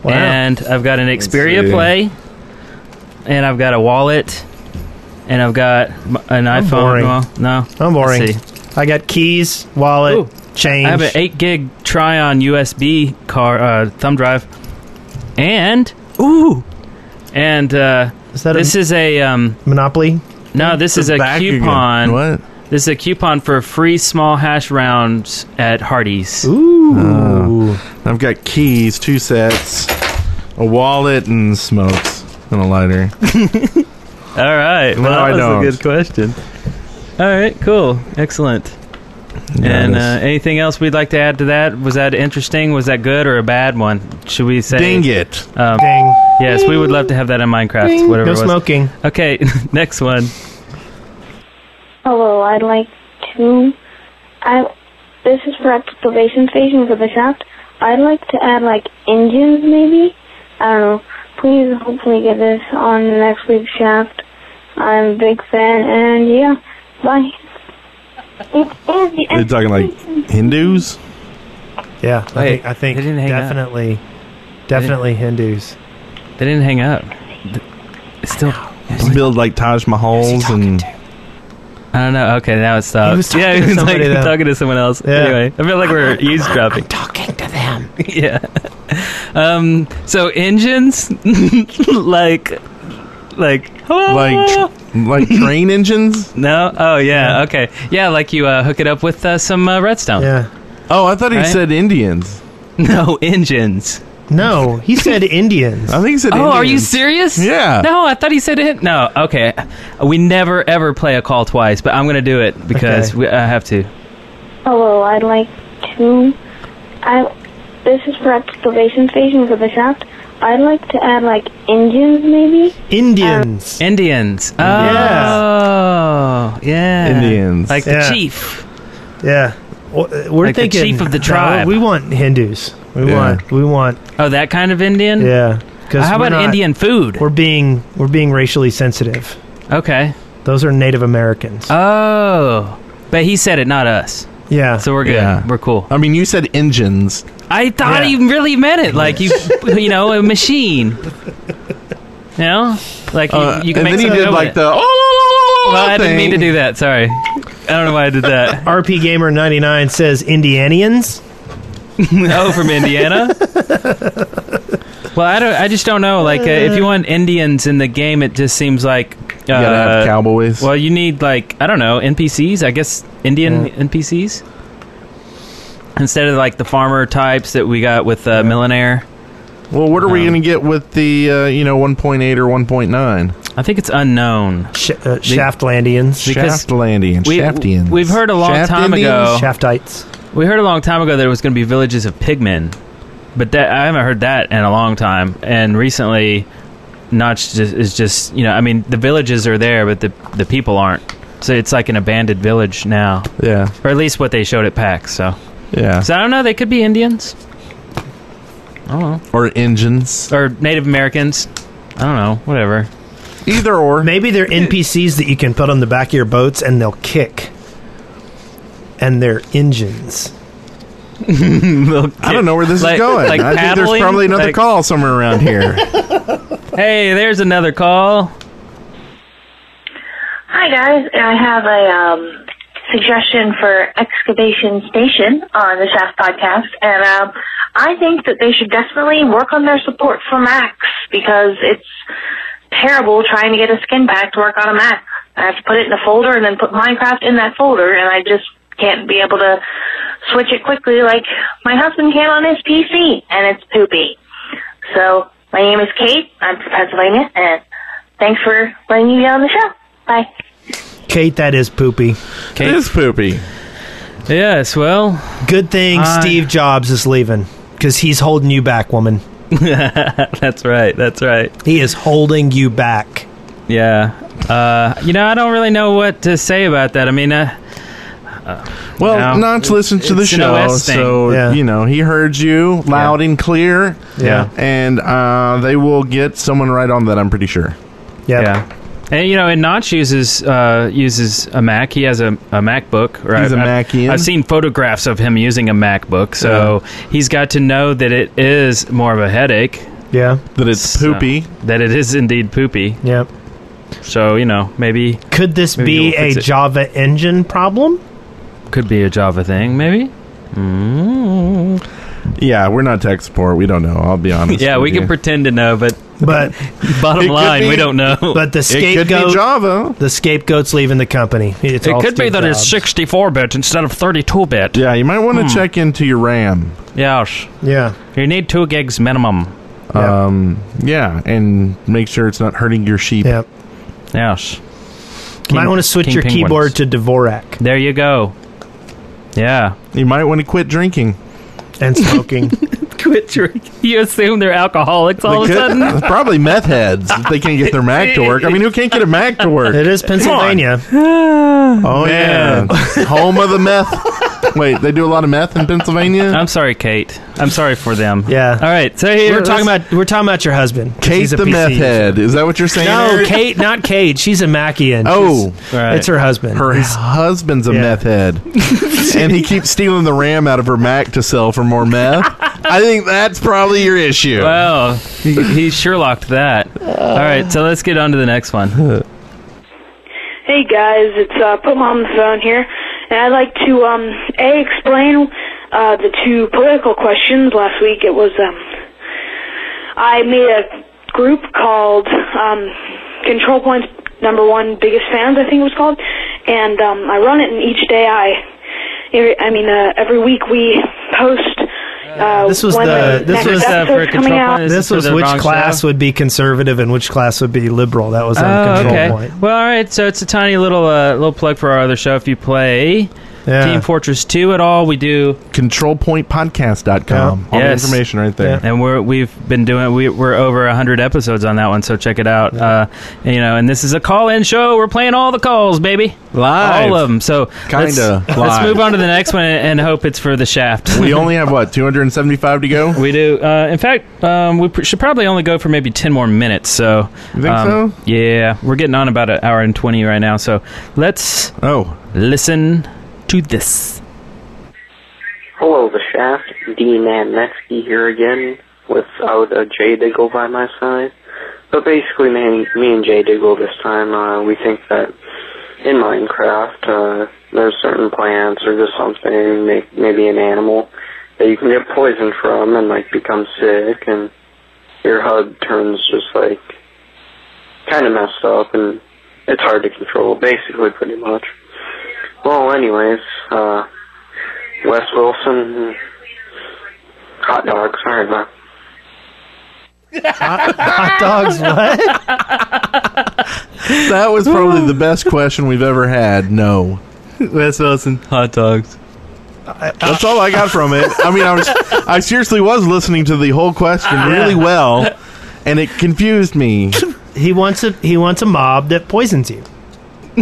Wow.
And I've got an Xperia
see.
Play. And I've got a wallet. And I've got m- an
I'm
iPhone.
boring.
Well, no.
I'm boring.
Let's see.
I got keys, wallet, change.
I have an 8 gig Tryon USB car uh, thumb drive. And. Ooh! And uh,
that a-
this is a. Um,
Monopoly.
No, this is a
Back again.
coupon.
What?
This is a coupon for free small hash rounds at Hardee's.
Ooh.
Uh, I've got keys, two sets, a wallet, and smokes, and a lighter.
All right.
No,
well,
I
that was
don't.
a good question. All right. Cool. Excellent. and uh, anything else we'd like to add to that? Was that interesting? Was that good or a bad one? Should we say?
Ding
it.
Um,
Ding.
Yes, we would love to have that in Minecraft.
Ding.
Whatever.
No
it was.
smoking.
Okay, next one.
Hello, I'd like to. I this is for excavation station for the shaft. I'd like to add like engines, maybe. I don't know. Please, hopefully, get this on the next week's shaft. I'm a big fan, and yeah, bye. It is the
They're talking like Hindus.
Yeah, I think, I think definitely, definitely Hindus.
They didn't hang up. It's still
build like Taj Mahals and.
I don't know. Okay, now it stopped.
He was talking
yeah,
to
he was uh,
somebody,
like
though.
talking to someone else.
Yeah.
Anyway, I feel like we're eavesdropping. talking to them. yeah. Um. So engines, like, like, ah.
like, like train engines.
No. Oh yeah. Okay. Yeah, like you uh, hook it up with uh, some uh, redstone.
Yeah.
Oh, I thought he
Right?
said Indians.
No, engines.
No, he said Indians.
I think he said.
oh, are you serious?
Yeah.
No, I thought he said it. No. Okay. We never ever play a call twice, but I'm gonna do it because we, I have to.
Hello, I'd like to. I this is for excavation station for the shaft. I'd like to add like engines, maybe.
Indians.
Indians. Oh. Yeah.
Indians.
Like
Yeah.
the chief.
Yeah. W- We're
Like the
thinking
chief of the
no,
tribe.
we want Hindus. We
Yeah.
want. We want.
Oh, that kind of Indian.
Yeah.
How
we're
about
not-
Indian food?
We're being. We're being racially sensitive.
Okay.
Those are Native Americans.
Oh, but he said it, not us.
Yeah.
So we're good. We're cool.
I mean, you said engines.
I thought
Yeah.
he really meant it. Like you, you know, a machine. You know, like you,
Uh,
you can
and
make
then he
something
did
go
like
with
the
it.
oh.
Well, I didn't mean to
thing.
do that. Sorry. I don't know why I did that.
RP Gamer ninety nine says Indianians.
oh, from Indiana. well, I don't. I just don't know. Like, uh, if you want Indians in the game, it just seems like uh,
gotta have cowboys.
Well, you need like I don't know NPCs. I guess Indian NPCs instead of like the farmer types that we got with uh, Millionaire.
Well, what are
Um,
we going to get with the uh, you know 1.8 or 1.9?
I think it's unknown.
Sh- uh, Shaftlandians.
Because-
Shaftlandians.
We-
Shaftians.
we've heard a long time ago-
Shaftites.
We heard a long time ago that it was going to be villages of pigmen, but that I haven't heard that in a long time. And recently, Notch just, is just you know I mean the villages are there, but the the people aren't. So it's like an abandoned village now.
Yeah.
Or at least what they showed at PAX. So.
Yeah.
So I don't know. They could be Indians. I don't know.
Or engines.
Oh. Or Native Americans. I don't know. Whatever.
Either or.
Maybe they're NPCs that you can put on the back of your boats and they'll kick. And they're engines.
I don't know where this
Like-
is going.
like
I think there's
paddling?
probably another
Like-
call somewhere around here.
Hey, there's another call.
Hi guys, I have a um, suggestion for excavation station on the Shaft podcast, and um, I think that they should definitely work on their support for Macs because it's terrible trying to get a skin back to work on a Mac. I have to put it in a folder and then put Minecraft in that folder, and I just can't be able to switch it quickly like my husband can on his PC, and it's poopy. So my name is Kate. I'm from Pennsylvania, and thanks for letting me be on the show. Bye.
Kate, that is poopy.
Kate
is poopy.
Yes, well.
Good thing
I-
Steve Jobs is leaving because he's holding you back, woman.
that's right. That's right.
He is holding you back.
Yeah. Uh, you know, I don't really know what to say about that. I mean, uh, uh,
Well,
you know,
Notch listened to the
it's an
show,
OS thing.
so you know he heard you loud and clear.
Yeah.
and uh, they will get someone right on that. I'm pretty sure.
Yeah. And you know, and Notch uses uh, uses a Mac. He has a, a MacBook. Right?
He's a
I've,
Macian.
I've seen photographs of him using a MacBook, so he's got to know that it is more of a headache.
Yeah.
That it's
So-
poopy.
that it is indeed poopy.
Yep.
So you know, maybe
could this be a Java engine problem?
Could be a Java thing, maybe.
Mm. Yeah, we're not tech support. We don't know. I'll be honest.
yeah,
with
we
you.
can pretend to know, but
But
bottom
It could
line, we
be-
don't know.
But the scapegoat,
Java.
The scapegoat's leaving the company. It's
it
all
could be
Steve
that it's
Jobs.
64 bit instead of 32 bit.
Yeah, you might want to
Hmm.
check into your RAM.
Yes.
Yeah.
You need two gigs minimum.
Um, yeah, and make sure it's not hurting your sheep.
Yep.
Yes.
You might want to switch your keyboard to Dvorak.
There you go. Yeah.
You might want to quit drinking
and smoking.
Quit drinking. You assume they're alcoholics all
They
of a
could-
sudden.
Probably meth heads if they can't get their Mac to work. I mean, who can't get a Mac to work?
It is
Come on.
Pennsylvania.
Oh yeah, home of the meth. Wait, they do a lot of meth in Pennsylvania.
I'm sorry, Kate. I'm sorry for them.
Yeah. All
right. So here,
we're talking
let's-
about we're talking about your husband. 'cause
Kate
he's a
the
PC
meth
user.
head. Is that what you're saying?
No,
Eric?
Kate, not Kate. She's a Mackian.
Oh,
She's- it's her husband.
Her husband's a meth head, and he keeps stealing the RAM out of her Mac to sell for more meth. I think that's probably your issue.
Well, he, he Sherlocked that. all right. So let's get on to the next one.
Hey guys, it's uh, Put Mom on the phone here, and I'd like to um a explain uh, the two political questions last week. It was um I made a group called um Control Points Number One Biggest Fans, I think it was called, and um I run it, and each day I, every- I mean uh, every week we post. Uh,
This was
when
the this
next
was
episode's coming out.
This was which class would be conservative and which class would be liberal. That was on
Oh,
control point.
Well, all right. So it's a tiny little uh, little plug for our other show. If you play
Yeah.
Team Fortress Two at all, we do
controlpointpodcast.com. All the information right there.
And we're we've been doing we, we're over hundred episodes on that one, so check it out. Uh, and, you know, and this is a call-in show. We're playing all the calls, baby,
Live.
all of them. So let's-
Kinda
Let's,
live.
move on to the next one and hope it's for the shaft.
We only have what 275 to go.
We do. Uh, in fact, um, we pr- should probably only go for maybe ten more minutes. So
You think
um,
so?
Yeah, we're getting on about an hour and twenty right now. So let's
oh
listen to this.
Hello, the Shaft. Dean Netsky here again, without a J Diggle by my side. But basically, man, me and J Diggle this time, uh, we think that in Minecraft, uh, there's certain plants or just something, may- maybe an animal, that you can get poisoned from and like become sick, and your HUD turns just like kind of messed up, and it's hard to control. Basically, pretty much. Well, anyways, uh. Wes Wilson. Hot dog. Sorry about.
Hot dogs. What?
That was probably the best question we've ever had. No. Wes Wilson.
Hot dogs.
That's all I got from it. I mean, I was, I seriously was listening to the whole question really well, and it confused me.
He wants a he wants a mob that poisons you.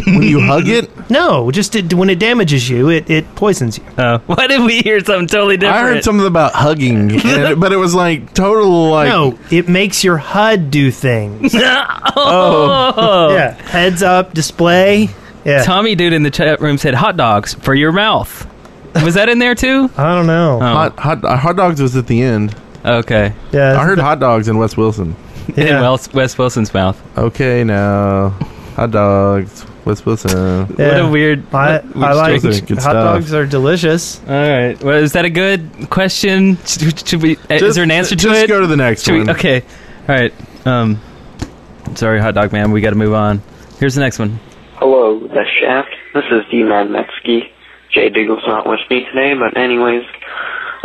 When you hug it?
No, just it, when it damages you, it, it poisons you.
Oh, why did we hear something totally different?
I heard something about hugging, and it- but it was like total like.
no, it makes your HUD do things.
Oh.
yeah, heads up display. Yeah,
Tommy dude in the chat room said hot dogs for your mouth. Was that in there too?
I don't know.
Hot, hot, uh, hot dogs was at the end.
Oh. Okay.
Yeah.
I heard hot dogs in Wes Wilson.
In Wes, Wes Wilson's mouth.
Okay, now hot dogs, Wes Wilson.
What a weird.
I,
what-
I like
Good
hot
stuff.
dogs are delicious.
All right. Well, is that a good question? Should, should we? eh, is
Just-
there an answer to
just
it?
go to the next
Should we-
one.
okay. All right. Um, sorry, hot dog man. We got to move on. Here's the next one.
Hello, the Shaft. This is D Man Metzky. Jay Diggle's not with me today, but anyways,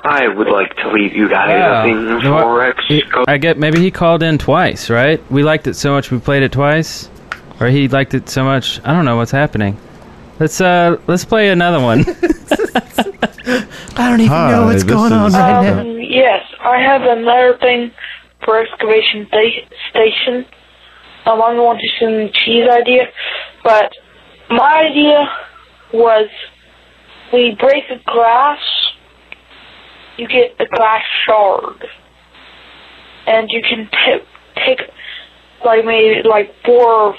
I would like to leave you guys
Wow.
a thing
You know what?
for
He- I get. Maybe he called in twice. Right? We liked it so much we played it twice, or he liked it so much. I don't know what's happening. Let's uh let's play another one.
I don't
even know Hi, what's this going on is- right now.
Um, yes, I have another thing for excavation da- station. Um, I'm going to send cheese idea, but my idea was we break a glass, you get a glass shard, and you can t- take like maybe like four of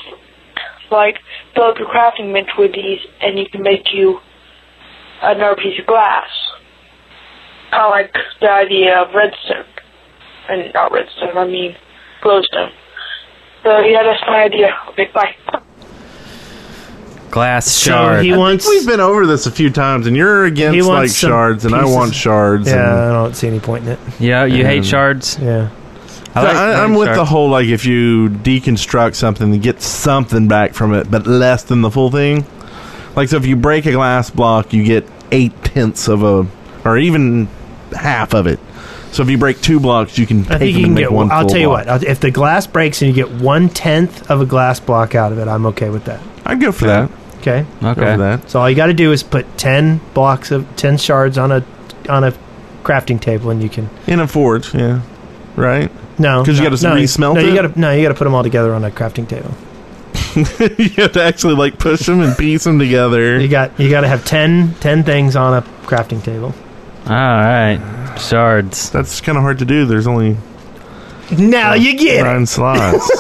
like fill up your crafting bench with these, and you can make you another piece of glass. I like the idea of redstone. And not redstone, I mean glowstone. So yeah, that's my idea. Okay, bye.
Glass
I
shard.
think we've been over this a few times, and you're against
He
like
wants some
shards, and I
pieces-
want shards.
Yeah, I
and,
don't see any point in it.
Yeah, Oh, you hate
And-
shards.
Yeah.
I I, am with the whole like if you deconstruct something, you get something back from it, but less than the full thing. Like so, if you break a glass block, you get eight tenths of a, or even half of it. So if you break two blocks, you can
I
take them
think you
and
can
make
get.
one.
I'll
full
tell you
block.
what. I'll- If the glass breaks and you get one tenth of a glass block out of it, I'm okay with that.
I'd go for that.
Okay.
Okay. Over that.
So all you got to do is put ten blocks of ten shards on a on a crafting table, and you can
in a forge. Yeah, right.
no
because
no,
you got to
no,
resmelt
no,
it.
You gotta, no, you got to put them all together on a crafting table.
you have to actually like push them and piece them together.
You got you got to have 10, 10 things on a crafting table.
All right, shards. That's kind of hard to do. There's only
Now you get
nine slots.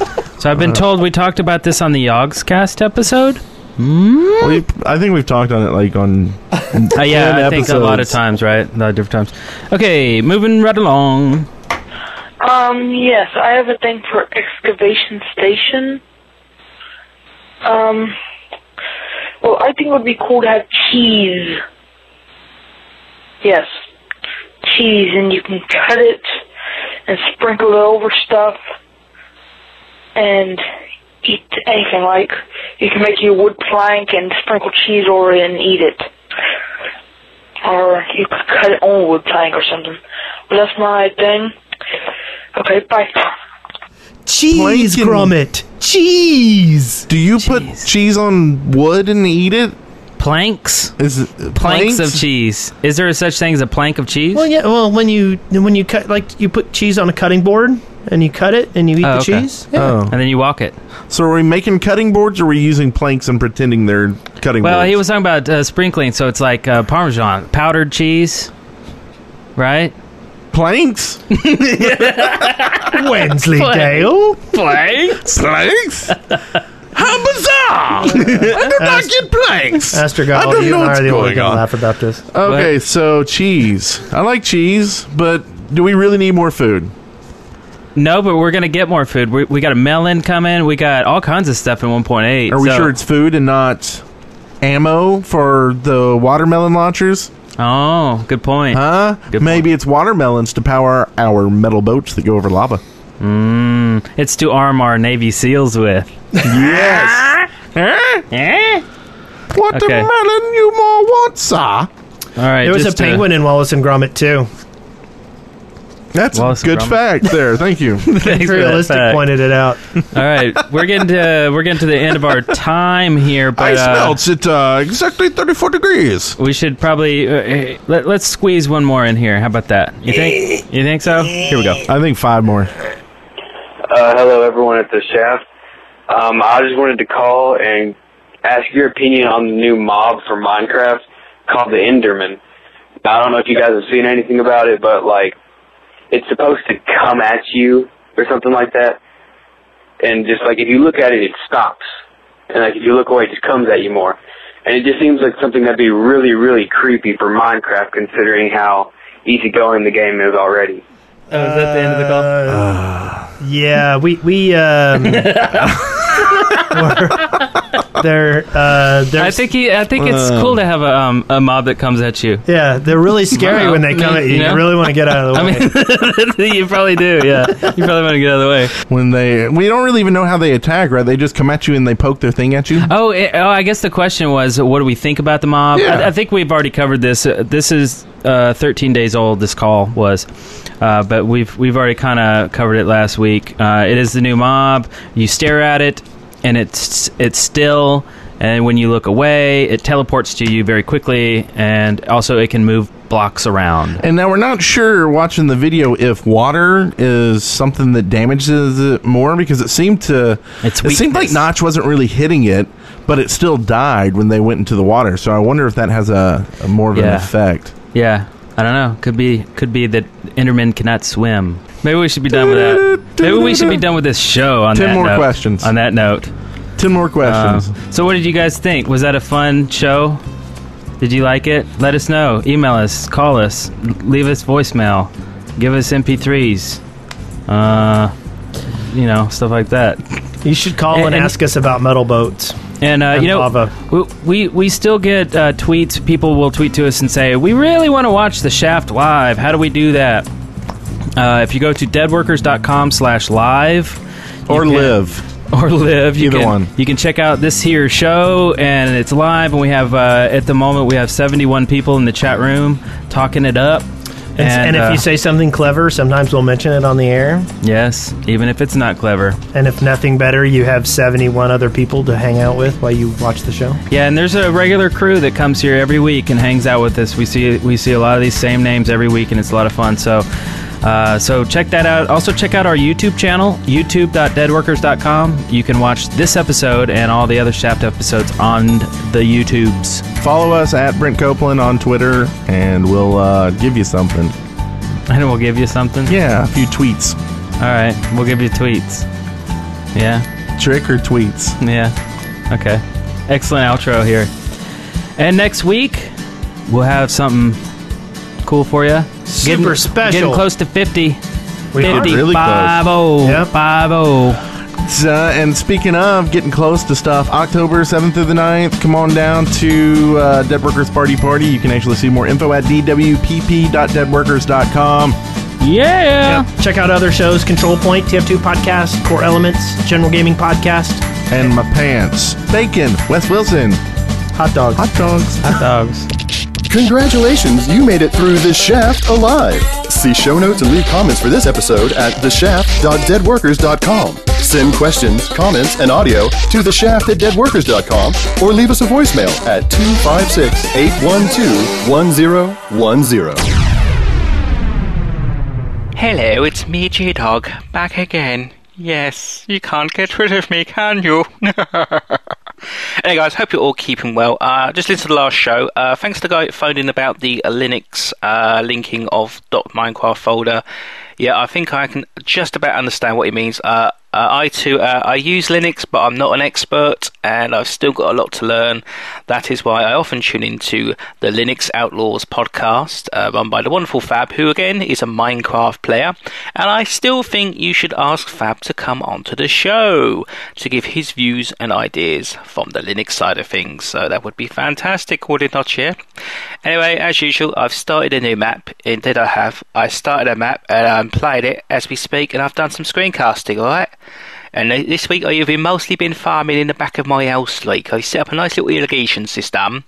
So I've
uh,
been told we talked about this on the Yogscast episode.
We- I think we've talked on it like on
Uh, yeah,
10
I think a lot of
episodes.
times, right? A lot of different times. Okay, moving right along.
Um, yes, I have a thing for excavation station. Um, well, I think it would be cool to have cheese. Yes, cheese, and you can cut it and sprinkle it over stuff and eat anything. Like, you can make you a wood plank and sprinkle cheese over it and eat it. Or you could cut it on a wood plank or something. But that's my thing. Okay, bye.
Cheese grommet. Cheese.
Do you put cheese on wood and eat it?
Planks.
Is it planks,
Planks of cheese. Is there such thing as a plank of cheese?
Well, yeah. Well, when you when you cut like you put cheese on a cutting board and you cut it and you eat
Oh,
the
okay.
cheese.
And then you walk it.
So are we making cutting boards or are we using planks and pretending they're cutting
Well,
boards?
he was talking about uh, sprinkling, so it's like uh, Parmesan, powdered cheese, right?
Planks.
Wensleydale.
Planks.
Planks. How bizarre! I do not get planks.
Astragon,
I don't
Uh, you
know
and I
what's
are the only
going
gonna
on.
laugh about this.
Okay, so cheese. I like cheese, but do we really need more food?
No, but we're gonna get more food. We, we got a melon coming. We got all kinds of stuff in 1.8.
Are we
so-
sure it's food and not ammo for the watermelon launchers?
Oh, good point.
Huh? Maybe it's watermelons to power our metal boats that go over lava.
Mm, it's to arm our Navy SEALs with.
Yes.
Eh? Okay.
Watermelon, you more want, sir?
All right.
there was a
just, uh,
penguin in Wallace and Gromit too.
That's
Wallace
a
and
good
Gromit.
fact there. Thank you.
Thanks for that
Realistic
fact.
pointed it out.
All right, we're getting to we're getting to the end of our time here. But
Ice melts
at uh, exactly thirty four degrees. We should probably uh, eh, let, let's squeeze one more in here. How about that? You think? You think so? Here we go.
I think five more.
Uh, hello, everyone at the shaft. Um, I just wanted to call and ask your opinion on the new mob for Minecraft called the Enderman. I don't know if you guys have seen anything about it, but like, it's supposed to come at you or something like that. And just like if you look at it, it stops. And like if you look away, it just comes at you more. And it just seems like something that'd be really, really creepy for Minecraft, considering how easygoing the game is already.
Oh, is that the end of the call?
Uh,
Ah.
yeah, we we um, were- they're uh, they're
I think he, I think it's
Uh.
Um.
cool to have a, um, a mob that comes at you.
yeah they're really scary when they come at you. You really want to get out of the way.
I mean, you probably do. Yeah, you probably want to get out of the way.
When they, we don't really even know how they attack, right? They just come at you and they poke their thing at you.
Oh, eh, oh, I guess the question was, what do we think about the mob?
Yeah.
I, I think we've already covered this. Uh, This is uh, 13 days old. This call was, uh, but we've we've already kind of covered it last week. Uh, it is the new mob. You stare at it, and it's it's still. And when you look away, it teleports to you very quickly, and also it can move blocks around.
And now we're not sure watching the video if water is something that damages it more because it seemed to it seemed like Notch wasn't really hitting it, but it still died when they went into the water. So I wonder if that has a, a more of an
Yeah.
effect.
Yeah, I don't know. Could be could be that Enderman cannot swim. Maybe we should be done with that. Maybe we should be done with this show. On
Ten
that
more
note-
questions.
On that note,
ten more questions.
Um, so, what did you guys think? Was that a fun show? Did you like it? Let us know. Email us, call us, l- leave us voicemail, give us MP3s, uh, you know, stuff like that.
You should call and, ask us about metal boats.
And, uh,
And
you know,
lava.
we, we we still get uh, tweets. People will tweet to us and say, "We really want to watch the Shaft live. How do we do that?" Uh, if you go to deadworkers.com/live
or
live or live, you
Either
can,
one.
You can check out this here show, and it's live. And we have uh, at the moment we have 71 people in the chat room talking it up.
And, s- and if
uh,
you say something clever, sometimes we'll mention it on the air.
Yes, even if it's not clever.
And if nothing better, you have 71 other people to hang out with while you watch the show.
Yeah, and there's a regular crew that comes here every week and hangs out with us. We see we see a lot of these same names every week, and it's a lot of fun. So, uh, so check that out. Also, check out our YouTube channel, youtube.deadworkers.com. You can watch this episode and all the other Shaft episodes on the YouTubes.
Follow us at Brent Copeland on Twitter, and we'll uh, give you something.
And we'll give you something.
Yeah, a few tweets.
All right, we'll give you tweets. Yeah.
Trick or tweets.
Yeah. Okay. Excellent outro here. And next week, we'll have something cool for you.
Super special.
Getting close to oh. 50.
We are really close.
50-50.
So, and speaking of getting close to stuff, October 7th through the 9th, come on down to uh, Dead Workers Party Party. You can actually see more info at dwpp.deadworkers.com.
Yeah.
Check out other shows Control Point, TF2 Podcast, Core Elements, General Gaming Podcast.
And my pants. Bacon, Wes Wilson.
Hot dogs.
Hot dogs.
Hot dogs.
Congratulations, you made it through The Shaft alive. See show notes and leave comments for this episode at theshaft.deadworkers.com. Send questions, comments, and audio to theshaft at deadworkers.com or leave us a voicemail at 256 812 1010.
Hello, it's me, J Dog, back again. Yes, you can't get rid of me, can you? anyway, guys, hope you're all keeping well. Uh, just listen to the last show. Uh, thanks to the guy who phoned in about the uh, Linux uh, linking of .minecraft folder. Yeah, I think I can just about understand what he means. Uh, uh, I too, uh, I use Linux, but I'm not an expert, and I've still got a lot to learn. That is why I often tune into the Linux Outlaws podcast, uh, run by the wonderful Fab, who again is a Minecraft player. And I still think you should ask Fab to come onto the show to give his views and ideas from the Linux side of things. So that would be fantastic, would it not, yeah? Anyway, as usual, I've started a new map. Indeed, I have. I started a map and I'm playing it as we speak, and I've done some screencasting, alright? And th- this week I've been mostly been farming in the back of my house. Like I set up a nice little irrigation system,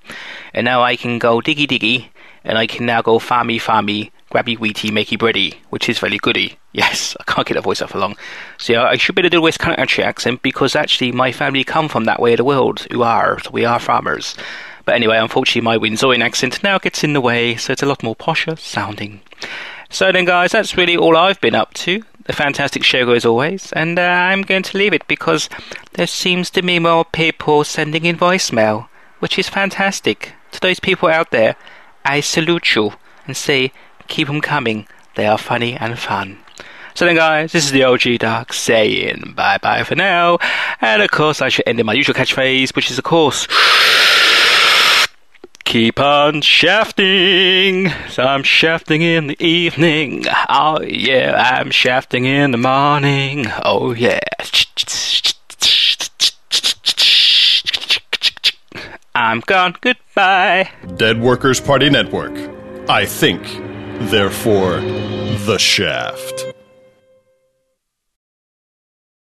and now I can go diggy diggy, and I can now go farmy farmy, grabby wheaty, makey bready, which is very goody. Yes, I can't get that voice up for long. So yeah, I should be able to do a West Country accent because actually my family come from that way of the world. Who are so we are farmers. But anyway, unfortunately my Windsorin accent now gets in the way, so it's a lot more posher sounding. So then, guys, that's really all I've been up to. The fantastic show, as always, and uh, I'm going to leave it because there seems to be more people sending in voicemail, which is fantastic. To those people out there, I salute you and say, keep 'em coming. They are funny and fun. So then, guys, this is the OG Doc saying bye bye for now, and of course, I should end in my usual catchphrase, which is, of course, Keep on shafting. So I'm shafting in the evening. Oh yeah, I'm shafting in the morning. Oh yeah. I'm gone. Goodbye.
Dead Workers Party Network. I think, therefore, The Shaft.